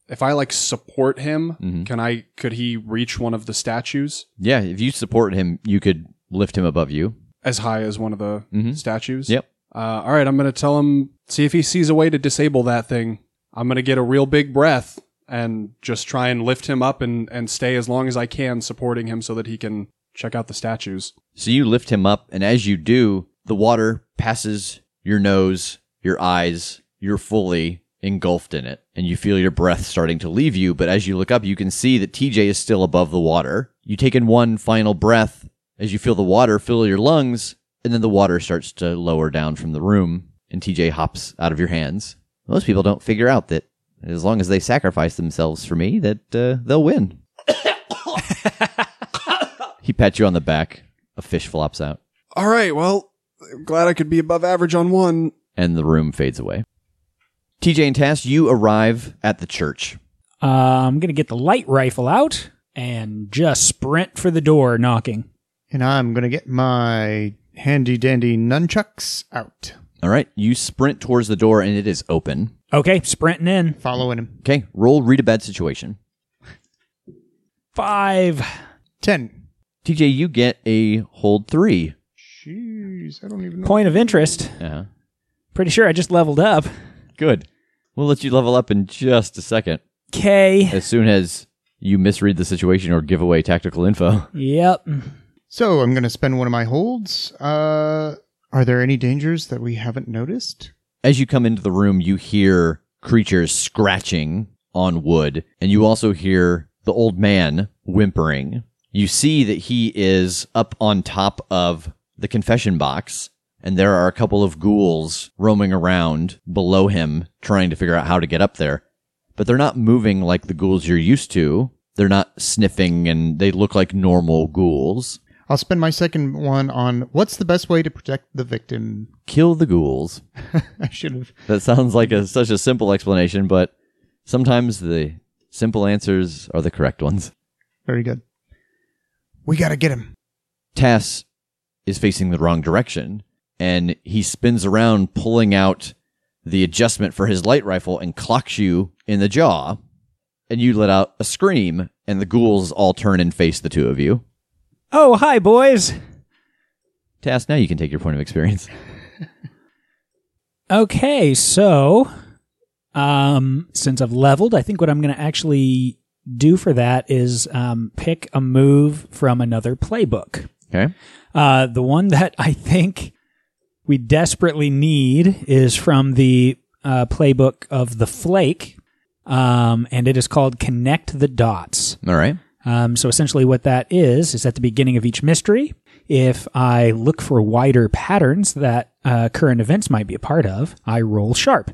Speaker 5: If I like support him,
Speaker 2: Mhm.
Speaker 5: can I could he reach one of the statues
Speaker 2: Yeah, if you support him, you could lift him above you.
Speaker 5: as high as one of the
Speaker 2: Mhm.
Speaker 5: statues?
Speaker 2: Yep.
Speaker 5: Uh, all right, I'm gonna tell him. See if he sees a way to disable that thing. I'm gonna get a real big breath and just try and lift him up and and stay as long as I can, supporting him so that he can check out the statues.
Speaker 2: So you lift him up, and as you do, the water passes your nose, your eyes, you're fully engulfed in it, and you feel your breath starting to leave you. But as you look up, you can see that TJ is still above the water. You take in one final breath as you feel the water fill your lungs, and then the water starts to lower down from the room, and TJ hops out of your hands. Most people don't figure out that as long as they sacrifice themselves for me, that uh, they'll win. he pats you on the back. A fish flops out.
Speaker 5: All right, well, I'm glad I could be above average on one.
Speaker 2: and the room fades away. TJ and Tass, you arrive at the church.
Speaker 3: Uh, I'm going to get the light rifle out and just sprint for the door knocking.
Speaker 4: And I'm gonna get my handy dandy nunchucks out.
Speaker 2: All right, you sprint towards the door and it is open.
Speaker 3: Okay, sprinting in.
Speaker 4: Following him.
Speaker 2: Okay, roll read a bad situation.
Speaker 3: Five.
Speaker 4: Ten.
Speaker 2: TJ, you get a hold three.
Speaker 4: Jeez, I don't even know.
Speaker 3: Point of interest.
Speaker 2: Uh-huh.
Speaker 3: Pretty sure I just leveled up.
Speaker 2: Good. We'll let you level up in just a second.
Speaker 3: K.
Speaker 2: As soon as you misread the situation or give away tactical info.
Speaker 3: Yep.
Speaker 4: So I'm going to spend one of my holds. Uh, are there any dangers that we haven't noticed?
Speaker 2: As you come into the room, you hear creatures scratching on wood, and you also hear the old man whimpering. You see that he is up on top of the confession box, and there are a couple of ghouls roaming around below him trying to figure out how to get up there. But they're not moving like the ghouls you're used to. They're not sniffing, and they look like normal ghouls.
Speaker 4: I'll spend my second one on what's the best way to protect the victim.
Speaker 2: Kill the ghouls.
Speaker 4: I should have.
Speaker 2: That sounds like a, such a simple explanation, but sometimes the simple answers are the correct ones.
Speaker 4: Very good. We got to get him.
Speaker 2: Tass is facing the wrong direction, and he spins around, pulling out the adjustment for his light rifle and clocks you in the jaw. And you let out a scream, and the ghouls all turn and face the two of you.
Speaker 3: Oh, hi, boys.
Speaker 2: Tass, now you can take your point of experience.
Speaker 3: Okay, so um, since I've leveled, I think what I'm going to actually do for that is um, pick a move from another playbook.
Speaker 2: Okay.
Speaker 3: Uh, the one that I think we desperately need is from the uh, playbook of the Flake, um, and it is called Connect the Dots.
Speaker 2: All right.
Speaker 3: Um, so essentially, what that is is at the beginning of each mystery, if I look for wider patterns that uh, current events might be a part of, I roll sharp.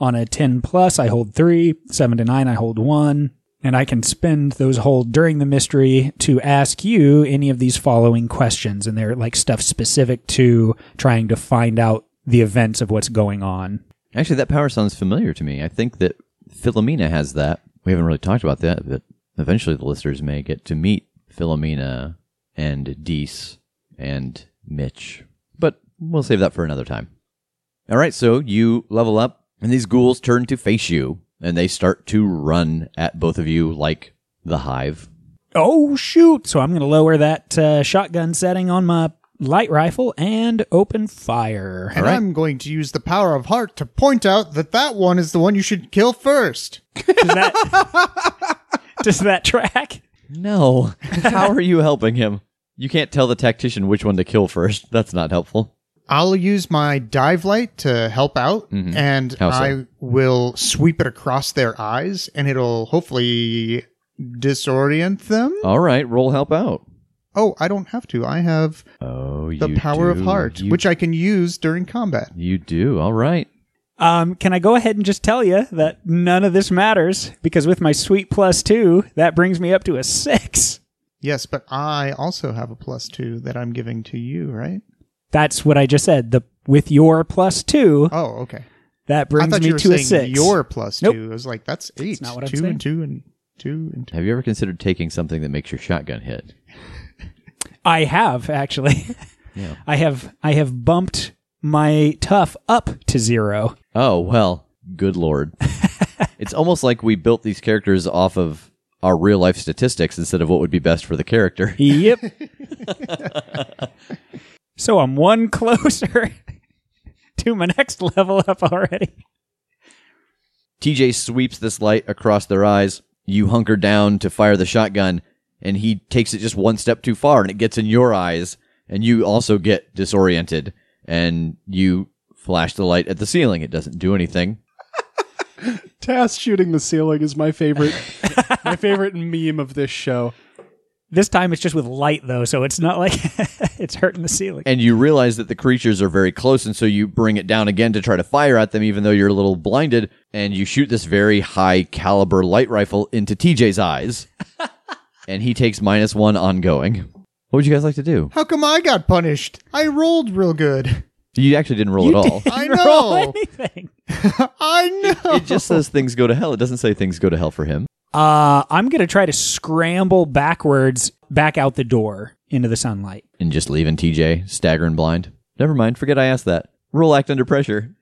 Speaker 3: On a 10 plus, I hold three, seven to nine, I hold one, and I can spend those hold during the mystery to ask you any of these following questions. And they're like stuff specific to trying to find out the events of what's going on.
Speaker 2: Actually, that power sounds familiar to me. I think that Philomena has that. We haven't really talked about that, but eventually the listeners may get to meet Philomena and Dees and Mitch. But we'll save that for another time. All right, so you level up, and these ghouls turn to face you, and they start to run at both of you like the hive.
Speaker 3: Oh, shoot. So I'm going to lower that uh, shotgun setting on my light rifle and open fire.
Speaker 4: And
Speaker 2: right.
Speaker 4: I'm going to use the power of heart to point out that that one is the one you should kill first.
Speaker 3: Does that, does that track?
Speaker 2: No. How are you helping him? You can't tell the tactician which one to kill first. That's not helpful.
Speaker 4: I'll use my dive light to help out, and
Speaker 2: Mm-hmm. How so?
Speaker 4: I will sweep it across their eyes, and it'll hopefully disorient them.
Speaker 2: All right, roll help out.
Speaker 4: Oh, I don't have to. I have
Speaker 2: Oh,
Speaker 4: the power of heart, which I can use during combat.
Speaker 2: You do. All right.
Speaker 3: Um, can I go ahead and just tell you that none of this matters because with my sweet plus two, that brings me up to a six.
Speaker 4: Yes, but I also have a plus two that I'm giving to you, right?
Speaker 3: That's what I just said. The with your plus two,
Speaker 4: Oh, okay.
Speaker 3: that
Speaker 4: I
Speaker 3: brings
Speaker 4: thought
Speaker 3: me
Speaker 4: you were
Speaker 3: to a
Speaker 4: saying
Speaker 3: six.
Speaker 4: your plus
Speaker 3: Nope.
Speaker 4: two. I was like, that's eight.
Speaker 3: not what I'm
Speaker 4: two
Speaker 3: saying.
Speaker 4: and two and two and two.
Speaker 2: Have you ever considered taking something that makes your shotgun hit?
Speaker 3: I have actually.
Speaker 2: Yeah.
Speaker 3: I have I have bumped my tough up to zero.
Speaker 2: Oh, well, good lord. it's almost like we built these characters off of our real life statistics instead of what would be best for the character.
Speaker 3: Yep. so I'm one closer to my next level up already.
Speaker 2: TJ sweeps this light across their eyes. You hunker down to fire the shotgun, and he takes it just one step too far, and it gets in your eyes, and you also get disoriented, and you flash the light at the ceiling. It doesn't do anything.
Speaker 5: Task shooting the ceiling is my favorite, my favorite meme of this show.
Speaker 3: This time it's just with light though, so it's not like it's hurting the ceiling.
Speaker 2: and you realize that the creatures are very close, and so you bring it down again to try to fire at them, even though you're a little blinded, and you shoot this very high caliber light rifle into TJ's eyes, and he takes minus one ongoing. What would you guys like to do?
Speaker 4: How come I got punished? I rolled real good.
Speaker 2: You actually didn't roll at all.
Speaker 4: I
Speaker 3: Didn't roll
Speaker 4: know.
Speaker 3: anything.
Speaker 4: I know.
Speaker 2: It just says things go to hell. It doesn't say things go to hell for him.
Speaker 3: Uh, I'm gonna try to scramble backwards back out the door into the sunlight.
Speaker 2: and just leaving TJ staggering blind. Never mind, forget I asked that. Rule act under pressure.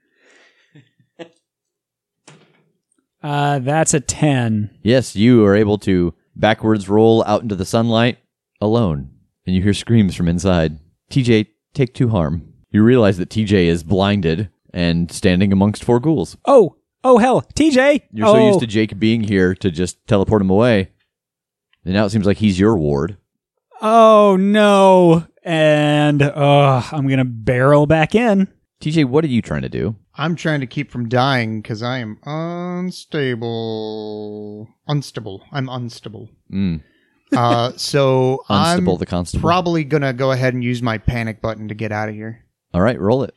Speaker 3: Uh, that's a 10.
Speaker 2: Yes, you are able to backwards roll out into the sunlight alone, and you hear screams from inside. TJ, take two harm. You realize that TJ is blinded and standing amongst four ghouls.
Speaker 3: Oh, oh hell, TJ.
Speaker 2: You're
Speaker 3: oh.
Speaker 2: so used to Jake being here to just teleport him away. And now it seems like he's your ward.
Speaker 3: Oh no. And uh, I'm gonna barrel back in.
Speaker 2: TJ, what are you trying to do?
Speaker 4: I'm trying to keep from dying because I am unstable. Unstable. I'm unstable.
Speaker 2: Mm,
Speaker 4: Uh, so
Speaker 2: Unstable
Speaker 4: I'm
Speaker 2: the constable.
Speaker 4: probably gonna go ahead and use my panic button to get out of here.
Speaker 2: All right, roll it.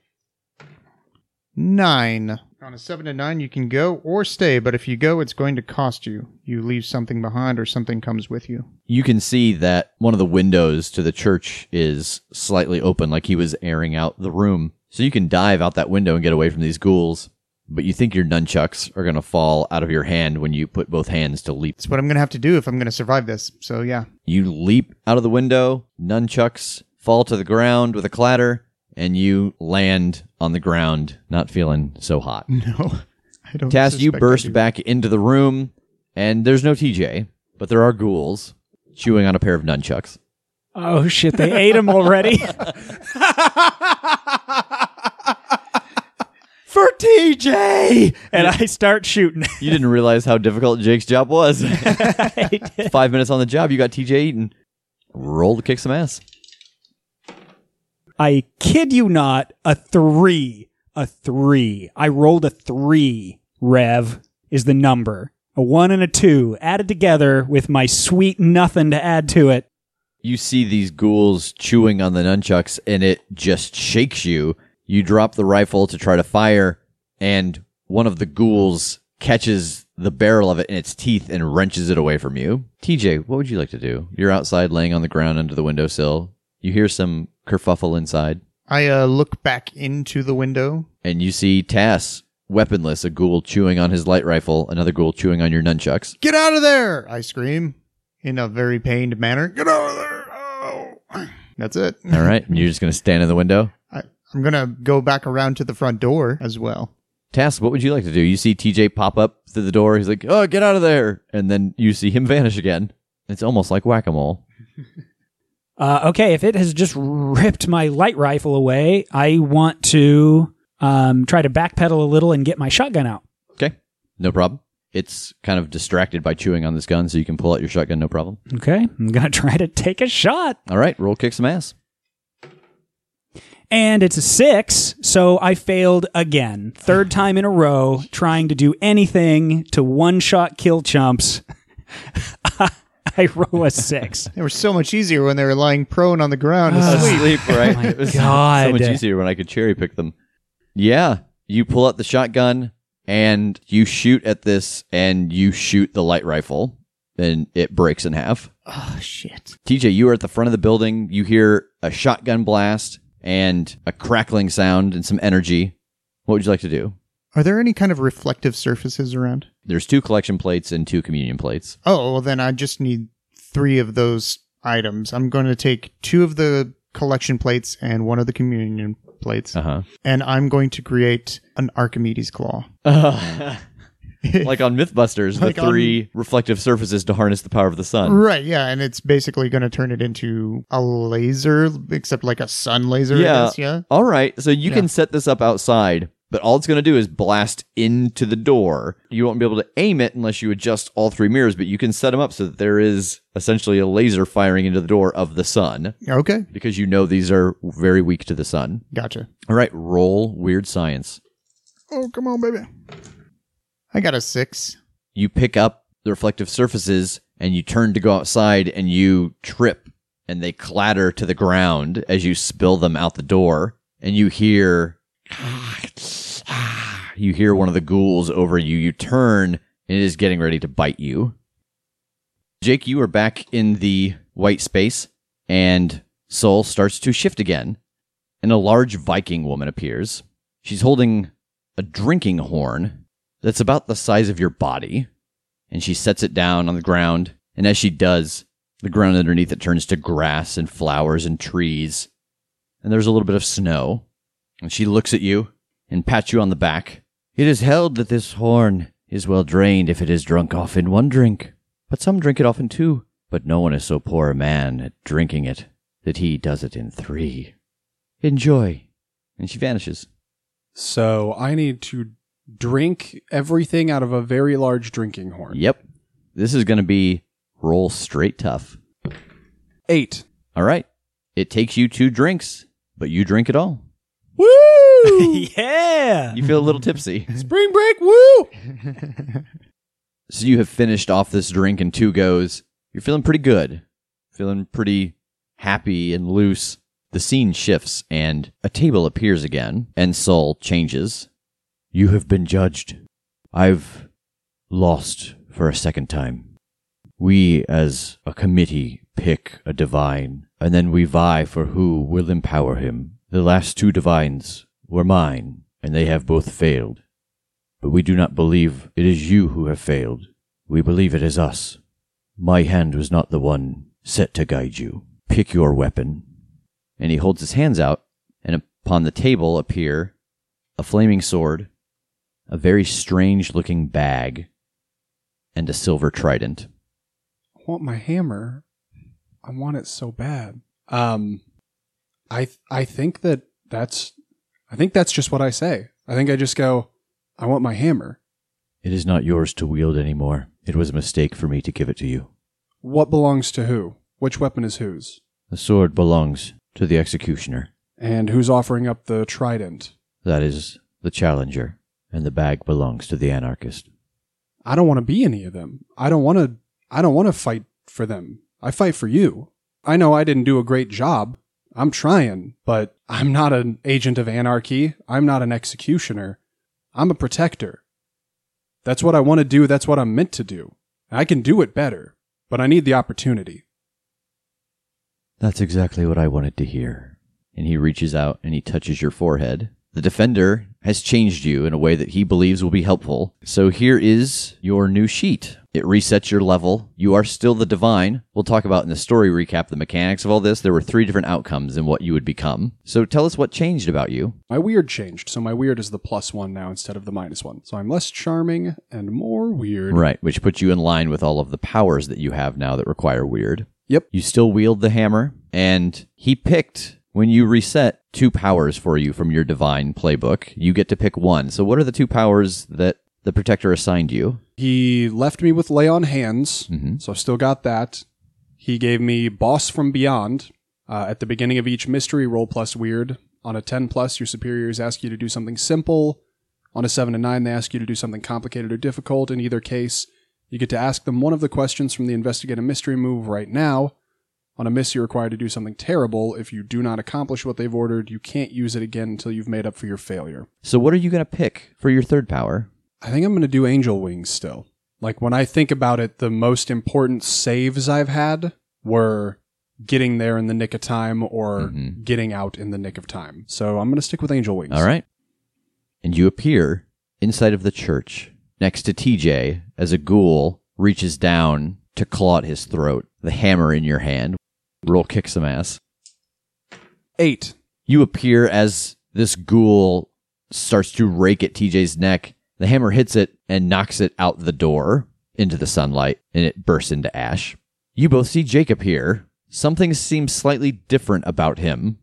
Speaker 4: Nine. On a seven to nine, you can go or stay, but if you go, it's going to cost you. You leave something behind, or something comes with you.
Speaker 2: you can see that one of the windows to the church is slightly open, like he was airing out the room. So you can dive out that window and get away from these ghouls, but you think your nunchucks are going to fall out of your hand when you put both hands to leap.
Speaker 4: It's what I'm gonna have to do if I'm gonna survive this. So yeah,
Speaker 2: You leap out of the window, nunchucks fall to the ground with a clatter, and you land on the ground, not feeling so hot.
Speaker 4: no, I don't.
Speaker 2: Tass, you
Speaker 4: suspect I
Speaker 2: burst
Speaker 4: do.
Speaker 2: back into the room, and there's no TJ, but there are ghouls chewing on a pair of nunchucks.
Speaker 3: Oh shit, they ate him already. For TJ, and I start shooting.
Speaker 2: You didn't realize how difficult Jake's job was. Five minutes on the job, you got TJ Eaton. Roll to kick some ass.
Speaker 3: I kid you not, a three, a three. I rolled a three. Rev is the number. A one and a two added together with my sweet nothing to add to it.
Speaker 2: You see these ghouls chewing on the nunchucks, and it just shakes you. You drop the rifle to try to fire, and one of the ghouls catches the barrel of it in its teeth and wrenches it away from you. TJ, what would you like to do? You're outside laying on the ground under the windowsill. You hear some kerfuffle inside.
Speaker 4: I uh, look back into the window.
Speaker 2: and you see Tass weaponless, a ghoul chewing on his light rifle, another ghoul chewing on your nunchucks.
Speaker 4: Get out of there! I scream in a very pained manner. Get out of there! Oh. That's it.
Speaker 2: All right, and you're just gonna stand in the window.
Speaker 4: I, I'm gonna go back around to the front door as well.
Speaker 2: Tass, what would you like to do? You see TJ pop up through the door. He's like, "Oh, get out of there!" And then you see him vanish again. It's almost like whack a mole.
Speaker 3: Uh, okay, if it has just ripped my light rifle away, I want to um, try to backpedal a little and get my shotgun out.
Speaker 2: Okay, no problem. It's kind of distracted by chewing on this gun, so you can pull out your shotgun, no problem.
Speaker 3: Okay, I'm gonna try to take a shot,
Speaker 2: All right, roll kick some ass.
Speaker 3: and it's a six, so I failed again, third time in a row, trying to do anything to one shot kill chumps. I roll a six.
Speaker 4: They were so much easier when they were lying prone on the ground
Speaker 2: Ah.
Speaker 4: asleep.
Speaker 2: sleep, right?
Speaker 3: Ah, oh my
Speaker 2: it was so
Speaker 3: God.
Speaker 2: much easier when I could cherry pick them. Yeah, you pull out the shotgun and you shoot at this, and you shoot the light rifle, and it breaks in half.
Speaker 4: Oh shit!
Speaker 2: TJ, you are at the front of the building. You hear a shotgun blast and a crackling sound and some energy. What would you like to do?
Speaker 4: Are there any kind of reflective surfaces around?
Speaker 2: There's two collection plates and two communion plates.
Speaker 4: Oh, well, then I just need three of those items. I'm going to take two of the collection plates and one of the communion plates,
Speaker 2: Uh
Speaker 4: and I'm going to create an Archimedes claw.
Speaker 2: huh. like on MythBusters,
Speaker 4: Like
Speaker 2: the
Speaker 4: on-
Speaker 2: three reflective surfaces to harness the power of the sun.
Speaker 4: Right, yeah, and it's basically going to turn it into a laser, except like a sun laser. I
Speaker 2: Yeah.
Speaker 4: guess, yeah.
Speaker 2: All right. So you
Speaker 4: Yeah.
Speaker 2: can set this up outside, but all it's going to do is blast into the door. You won't be able to aim it unless you adjust all three mirrors, but you can set them up so that there is essentially a laser firing into the door of the sun
Speaker 4: Okay,
Speaker 2: because you know these are very weak to the sun.
Speaker 4: gotcha.
Speaker 2: All right. Roll weird science.
Speaker 4: Oh, come on, baby. I got a six.
Speaker 2: You pick up the reflective surfaces and you turn to go outside and you trip and they clatter to the ground as you spill them out the door and you hear you hear one of the ghouls over you. You turn, and it is getting ready to bite you. Jake, you are back in the white space, and Soul starts to shift again. And a large Viking woman appears. She's holding a drinking horn that's about the size of your body, and she sets it down on the ground. And as she does, The ground underneath it turns to grass and flowers and trees. And there's a little bit of snow. And she looks at you and pats you on the back. It is held that this horn is well drained if it is drunk off in one drink, but some drink it off in two. But no one is so poor a man at drinking it that he does it in three. Enjoy. And she vanishes.
Speaker 5: So I need to drink everything out of a very large drinking horn.
Speaker 2: Yep. This is going to be roll straight tough.
Speaker 5: Eight.
Speaker 2: All right. It takes you two drinks, but you drink it all.
Speaker 5: Woo!
Speaker 3: yeah.
Speaker 2: You feel a little tipsy.
Speaker 5: Spring break, woo!
Speaker 2: So you have finished off this drink in two goes. You're feeling pretty good, feeling pretty happy and loose. The scene shifts and a table appears again, and Sol changes. You have been judged. I've lost for a second time. We, as a committee, pick a divine, and then we vie for who will empower him. The last two divines were mine, and they have both failed. But we do not believe it is you who have failed. We believe it is us. My hand was not the one set to guide you. Pick your weapon. And he holds his hands out, and upon the table appear a flaming sword, a very strange looking bag, and a silver trident.
Speaker 5: I want my hammer. I want it so bad. Um, I th- I think that that's I think that's just what I say. I think I just go. I want my hammer.
Speaker 2: It is not yours to wield anymore. It was a mistake for me to give it to you.
Speaker 5: What belongs to who? Which weapon is whose?
Speaker 2: The sword belongs to the executioner.
Speaker 5: And who's offering up the trident?
Speaker 2: That is the challenger, and the bag belongs to the anarchist.
Speaker 5: I don't want to be any of them. I don't want to. I don't want to fight for them. I fight for you. I know I didn't do a great job. I'm trying, but I'm not an agent of anarchy. I'm not an executioner. I'm a protector. That's what I want to do. That's what I'm meant to do. I can do it better, but I need the opportunity.
Speaker 2: That's exactly what I wanted to hear. And he reaches out and he touches your forehead. The defender has changed you in a way that he believes will be helpful. So here is your new sheet. It resets your level. You are still the divine. We'll talk about in the story recap the mechanics of all this. There were three different outcomes in what you would become. So tell us what changed about you.
Speaker 5: My weird changed, so my weird is the plus one now instead of the minus one. So I'm less charming and more weird.
Speaker 2: Right, which puts you in line with all of the powers that you have now that require weird.
Speaker 5: Yep.
Speaker 2: You still wield the hammer, and he picked, when you reset, two powers for you from your divine playbook. You get to pick one. So, what are the two powers that the protector assigned you?
Speaker 5: He left me with lay on hands,
Speaker 2: Mhm.
Speaker 5: so I've still got that. He gave me boss from beyond. Uh, at the beginning of each mystery, roll plus weird. On a 10 plus, your superiors ask you to do something simple. On a 7 to 9, they ask you to do something complicated or difficult. In either case, you get to ask them one of the questions from the investigate a mystery move right now. On a miss, you're required to do something terrible. If you do not accomplish what they've ordered, you can't use it again until you've made up for your failure.
Speaker 2: So, what are you going to pick for your third power?
Speaker 5: I think I'm going to do angel wings still. Like when I think about it, the most important saves I've had were getting there in the nick of time or
Speaker 2: Mhm.
Speaker 5: getting out in the nick of time. So I'm going to stick with angel wings.
Speaker 2: All right. And you appear inside of the church next to TJ as a ghoul reaches down to claw at his throat, the hammer in your hand. Roll kick some ass.
Speaker 5: Eight.
Speaker 2: you appear as this ghoul starts to rake at TJ's neck. The hammer hits it and knocks it out the door into the sunlight, and it bursts into ash. You both see Jake appear. Something seems slightly different about him,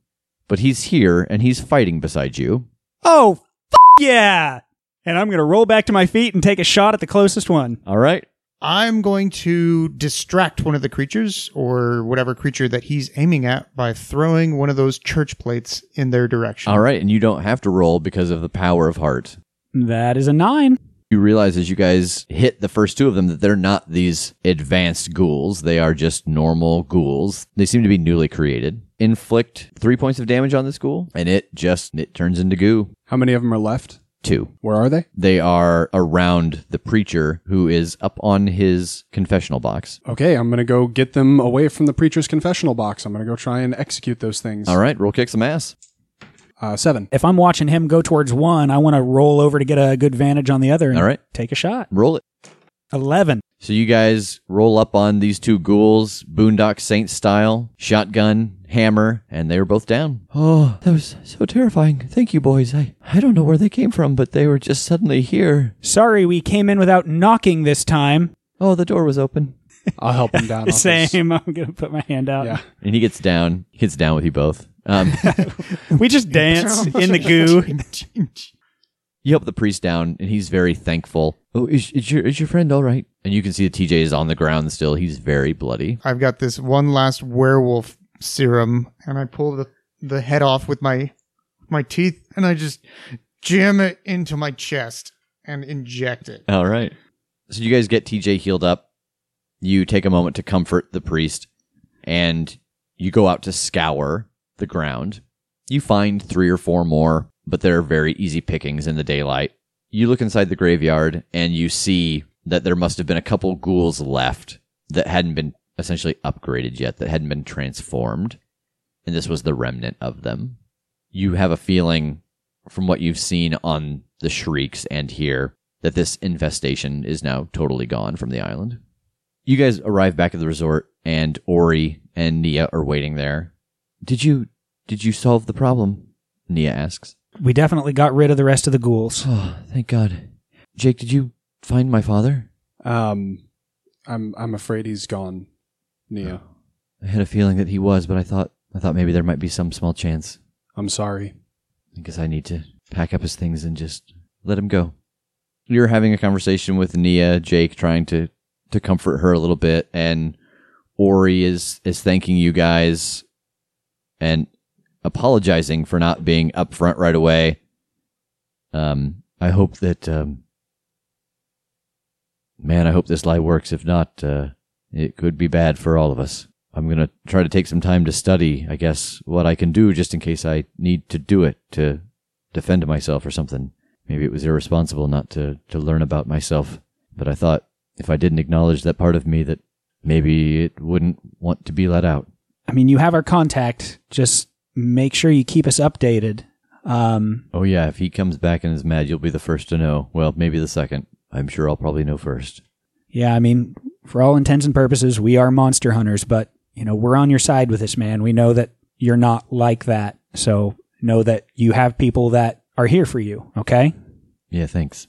Speaker 2: but he's here and he's fighting beside you.
Speaker 3: Oh, f- yeah. And I'm going to roll back to my feet and take a shot at the closest one.
Speaker 2: All right.
Speaker 4: I'm going to distract one of the creatures or whatever creature that he's aiming at by throwing one of those church plates in their direction.
Speaker 2: All right. And you don't have to roll because of the power of heart.
Speaker 3: That is a nine.
Speaker 2: You realize as you guys hit the first two of them that they're not these advanced ghouls. They are just normal ghouls. They seem to be newly created. Inflict three points of damage on this ghoul, and it just it turns into goo.
Speaker 5: How many of them are left?
Speaker 2: Two.
Speaker 5: Where are they?
Speaker 2: They are around the preacher who is up on his confessional box.
Speaker 5: Okay, I'm going to go get them away from the preacher's confessional box. I'm going to go try and execute those things.
Speaker 2: All right, roll kick some ass.
Speaker 5: Uh, seven.
Speaker 3: If I'm watching him go towards one, I want to roll over to get a good vantage on the other and
Speaker 2: All right.
Speaker 3: take a shot.
Speaker 2: Roll it.
Speaker 3: 11.
Speaker 2: So you guys roll up on these two ghouls, Boondock Saint style, shotgun, hammer, and they were both down. Oh, that was so terrifying. Thank you, boys. I, I don't know where they came from, but they were just suddenly here.
Speaker 3: Sorry, we came in without knocking this time.
Speaker 2: Oh, the door was open.
Speaker 5: I'll help him down. off his-
Speaker 3: Same. I'm gonna put my hand out.
Speaker 5: Yeah.
Speaker 2: And he gets down. He gets down with you both. Um,
Speaker 3: We just dance in the goo.
Speaker 2: you help the priest down, and he's very thankful. Oh, is, is your is your friend all right? And you can see that TJ is on the ground still. He's very bloody.
Speaker 4: I've got this one last werewolf serum, and I pull the, the head off with my my teeth, and I just jam it into my chest and inject it.
Speaker 2: All right. So you guys get TJ healed up. You take a moment to comfort the priest, and you go out to scour the ground. You find three or four more, but they're very easy pickings in the daylight. You look inside the graveyard, and you see that there must have been a couple ghouls left that hadn't been essentially upgraded yet, that hadn't been transformed. And this was the remnant of them. You have a feeling from what you've seen on the shrieks and here that this infestation is now totally gone from the island. You guys arrive back at the resort and Ori and Nia are waiting there. Did you did you solve the problem? Nia asks.
Speaker 3: We definitely got rid of the rest of the ghouls.
Speaker 2: Oh, thank God. Jake, did you find my father?
Speaker 5: Um, I'm I'm afraid he's gone. Nia,
Speaker 2: Oh. I had a feeling that he was, but I thought I thought maybe there might be some small chance.
Speaker 5: I'm sorry.
Speaker 2: I guess I need to pack up his things and just let him go. You're having a conversation with Nia, Jake, trying to to comfort her a little bit, and Ori is is thanking you guys and apologizing for not being upfront right away. Um, I hope that um, man, I hope this lie works. If not, uh, it could be bad for all of us. I'm gonna try to take some time to study, I guess, what I can do just in case I need to do it to defend myself or something. Maybe it was irresponsible not to, to learn about myself, but I thought if I didn't acknowledge that part of me that maybe it wouldn't want to be let out.
Speaker 3: I mean, you have our contact. Just make sure you keep us updated. Um,
Speaker 2: Oh yeah, if he comes back and is mad, you'll be the first to know. Well, maybe the second. I'm sure I'll probably know first.
Speaker 3: yeah, I mean, for all intents and purposes, we are monster hunters, but you know, we're on your side with this man. We know that you're not like that. So know that you have people that are here for you. Okay.
Speaker 2: Yeah, thanks.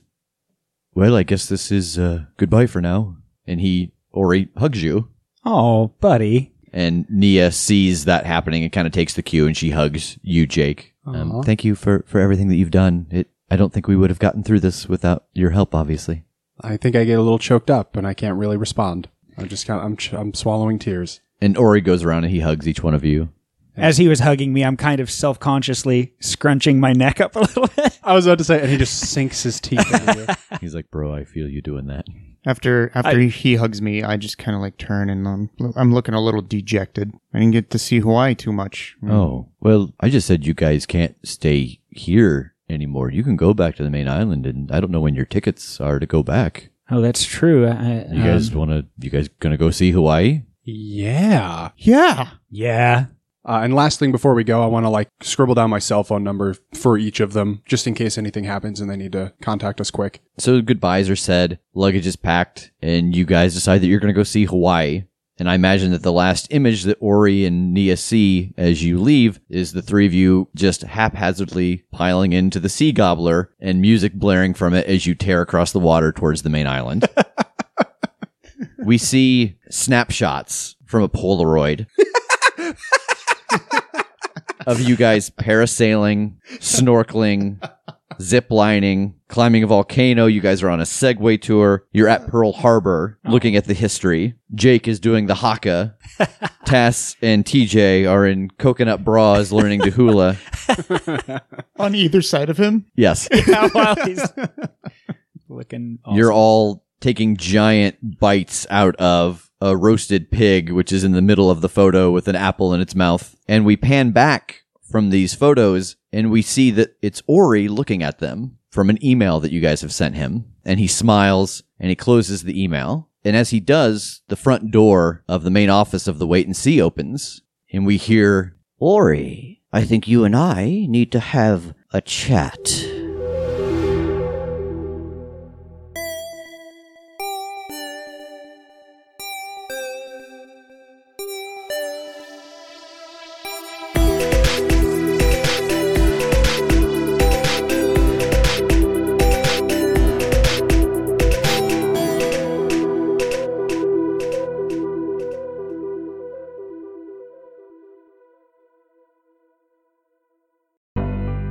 Speaker 2: Well, I guess this is uh, goodbye for now. And he or he hugs you
Speaker 3: Oh, buddy.
Speaker 2: And Nia sees that happening and kind of takes the cue and she hugs you, Jake. Um, thank you for, for everything that you've done. It, I don't think we would have gotten through this without your help, obviously.
Speaker 5: I think I get a little choked up and I can't really respond. I'm just kind of, I'm ch- I'm swallowing tears.
Speaker 2: And Ori goes around and he hugs each one of you.
Speaker 3: As he was hugging me, I'm kind of self consciously scrunching my neck up a little bit.
Speaker 5: I was about to say, and he just sinks his teeth. into you.
Speaker 2: He's like, bro, I feel you doing that.
Speaker 4: After after he hugs me, I just kind of like turn and I'm, I'm looking a little dejected. I didn't get to see Hawaii too much.
Speaker 2: Oh, well, I just said you guys can't stay here anymore. You can go back to the main island and I don't know when your tickets are to go back.
Speaker 3: Oh, that's true. I, um,
Speaker 2: You guys want to, you guys going to go see Hawaii?
Speaker 5: yeah.
Speaker 4: Yeah.
Speaker 3: yeah.
Speaker 5: Uh, and last thing before we go, I want to like scribble down my cell phone number for each of them, just in case anything happens and they need to contact us quick.
Speaker 2: So goodbyes are said, luggage is packed, and you guys decide that you're going to go see Hawaii. And I imagine that the last image that Ori and Nia see as you leave is the three of you just haphazardly piling into the sea gobbler and music blaring from it as you tear across the water towards the main island. we see snapshots from a Polaroid of you guys parasailing, snorkeling, zip lining, climbing a volcano. You guys are on a Segway tour. You're at Pearl Harbor looking at the history. Jake is doing the haka. Tess and TJ are in coconut bras learning to hula.
Speaker 4: On either side of him.
Speaker 2: Yes.
Speaker 3: while he's looking. Awesome.
Speaker 2: You're all taking giant bites out of a roasted pig, which is in the middle of the photo with an apple in its mouth. And we pan back from these photos and we see that it's Ori looking at them from an email that you guys have sent him. And he smiles and he closes the email. And as he does, the front door of the main office of the wait and see opens and we hear, Ori, I think you and I need to have a chat.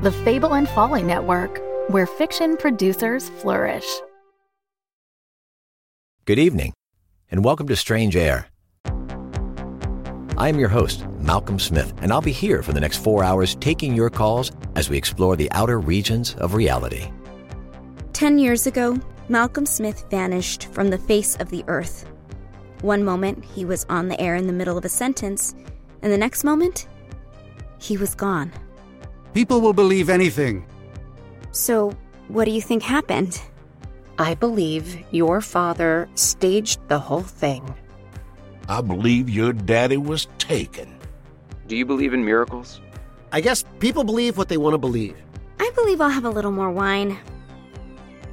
Speaker 1: the Fable and Folly Network, where fiction producers flourish.
Speaker 6: Good evening, and welcome to Strange Air. I am your host, Malcolm Smith, and I'll be here for the next four hours taking your calls as we explore the outer regions of reality.
Speaker 7: Ten years ago, Malcolm Smith vanished from the face of the earth. One moment, he was on the air in the middle of a sentence, and the next moment, he was gone.
Speaker 8: People will believe anything.
Speaker 7: So, what do you think happened?
Speaker 9: I believe your father staged the whole thing.
Speaker 10: I believe your daddy was taken.
Speaker 11: Do you believe in miracles?
Speaker 12: I guess people believe what they want to believe.
Speaker 7: I believe I'll have a little more wine.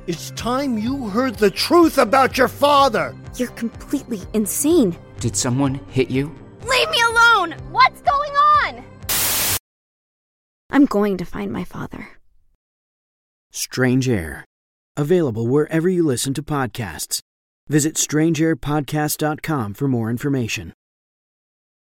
Speaker 8: It's time you heard the truth about your father.
Speaker 7: You're completely insane.
Speaker 11: Did someone hit you?
Speaker 7: Leave me alone! What's going on? I'm going to find my father.
Speaker 13: Strange Air. Available wherever you listen to podcasts. Visit strangeairpodcast.com for more information.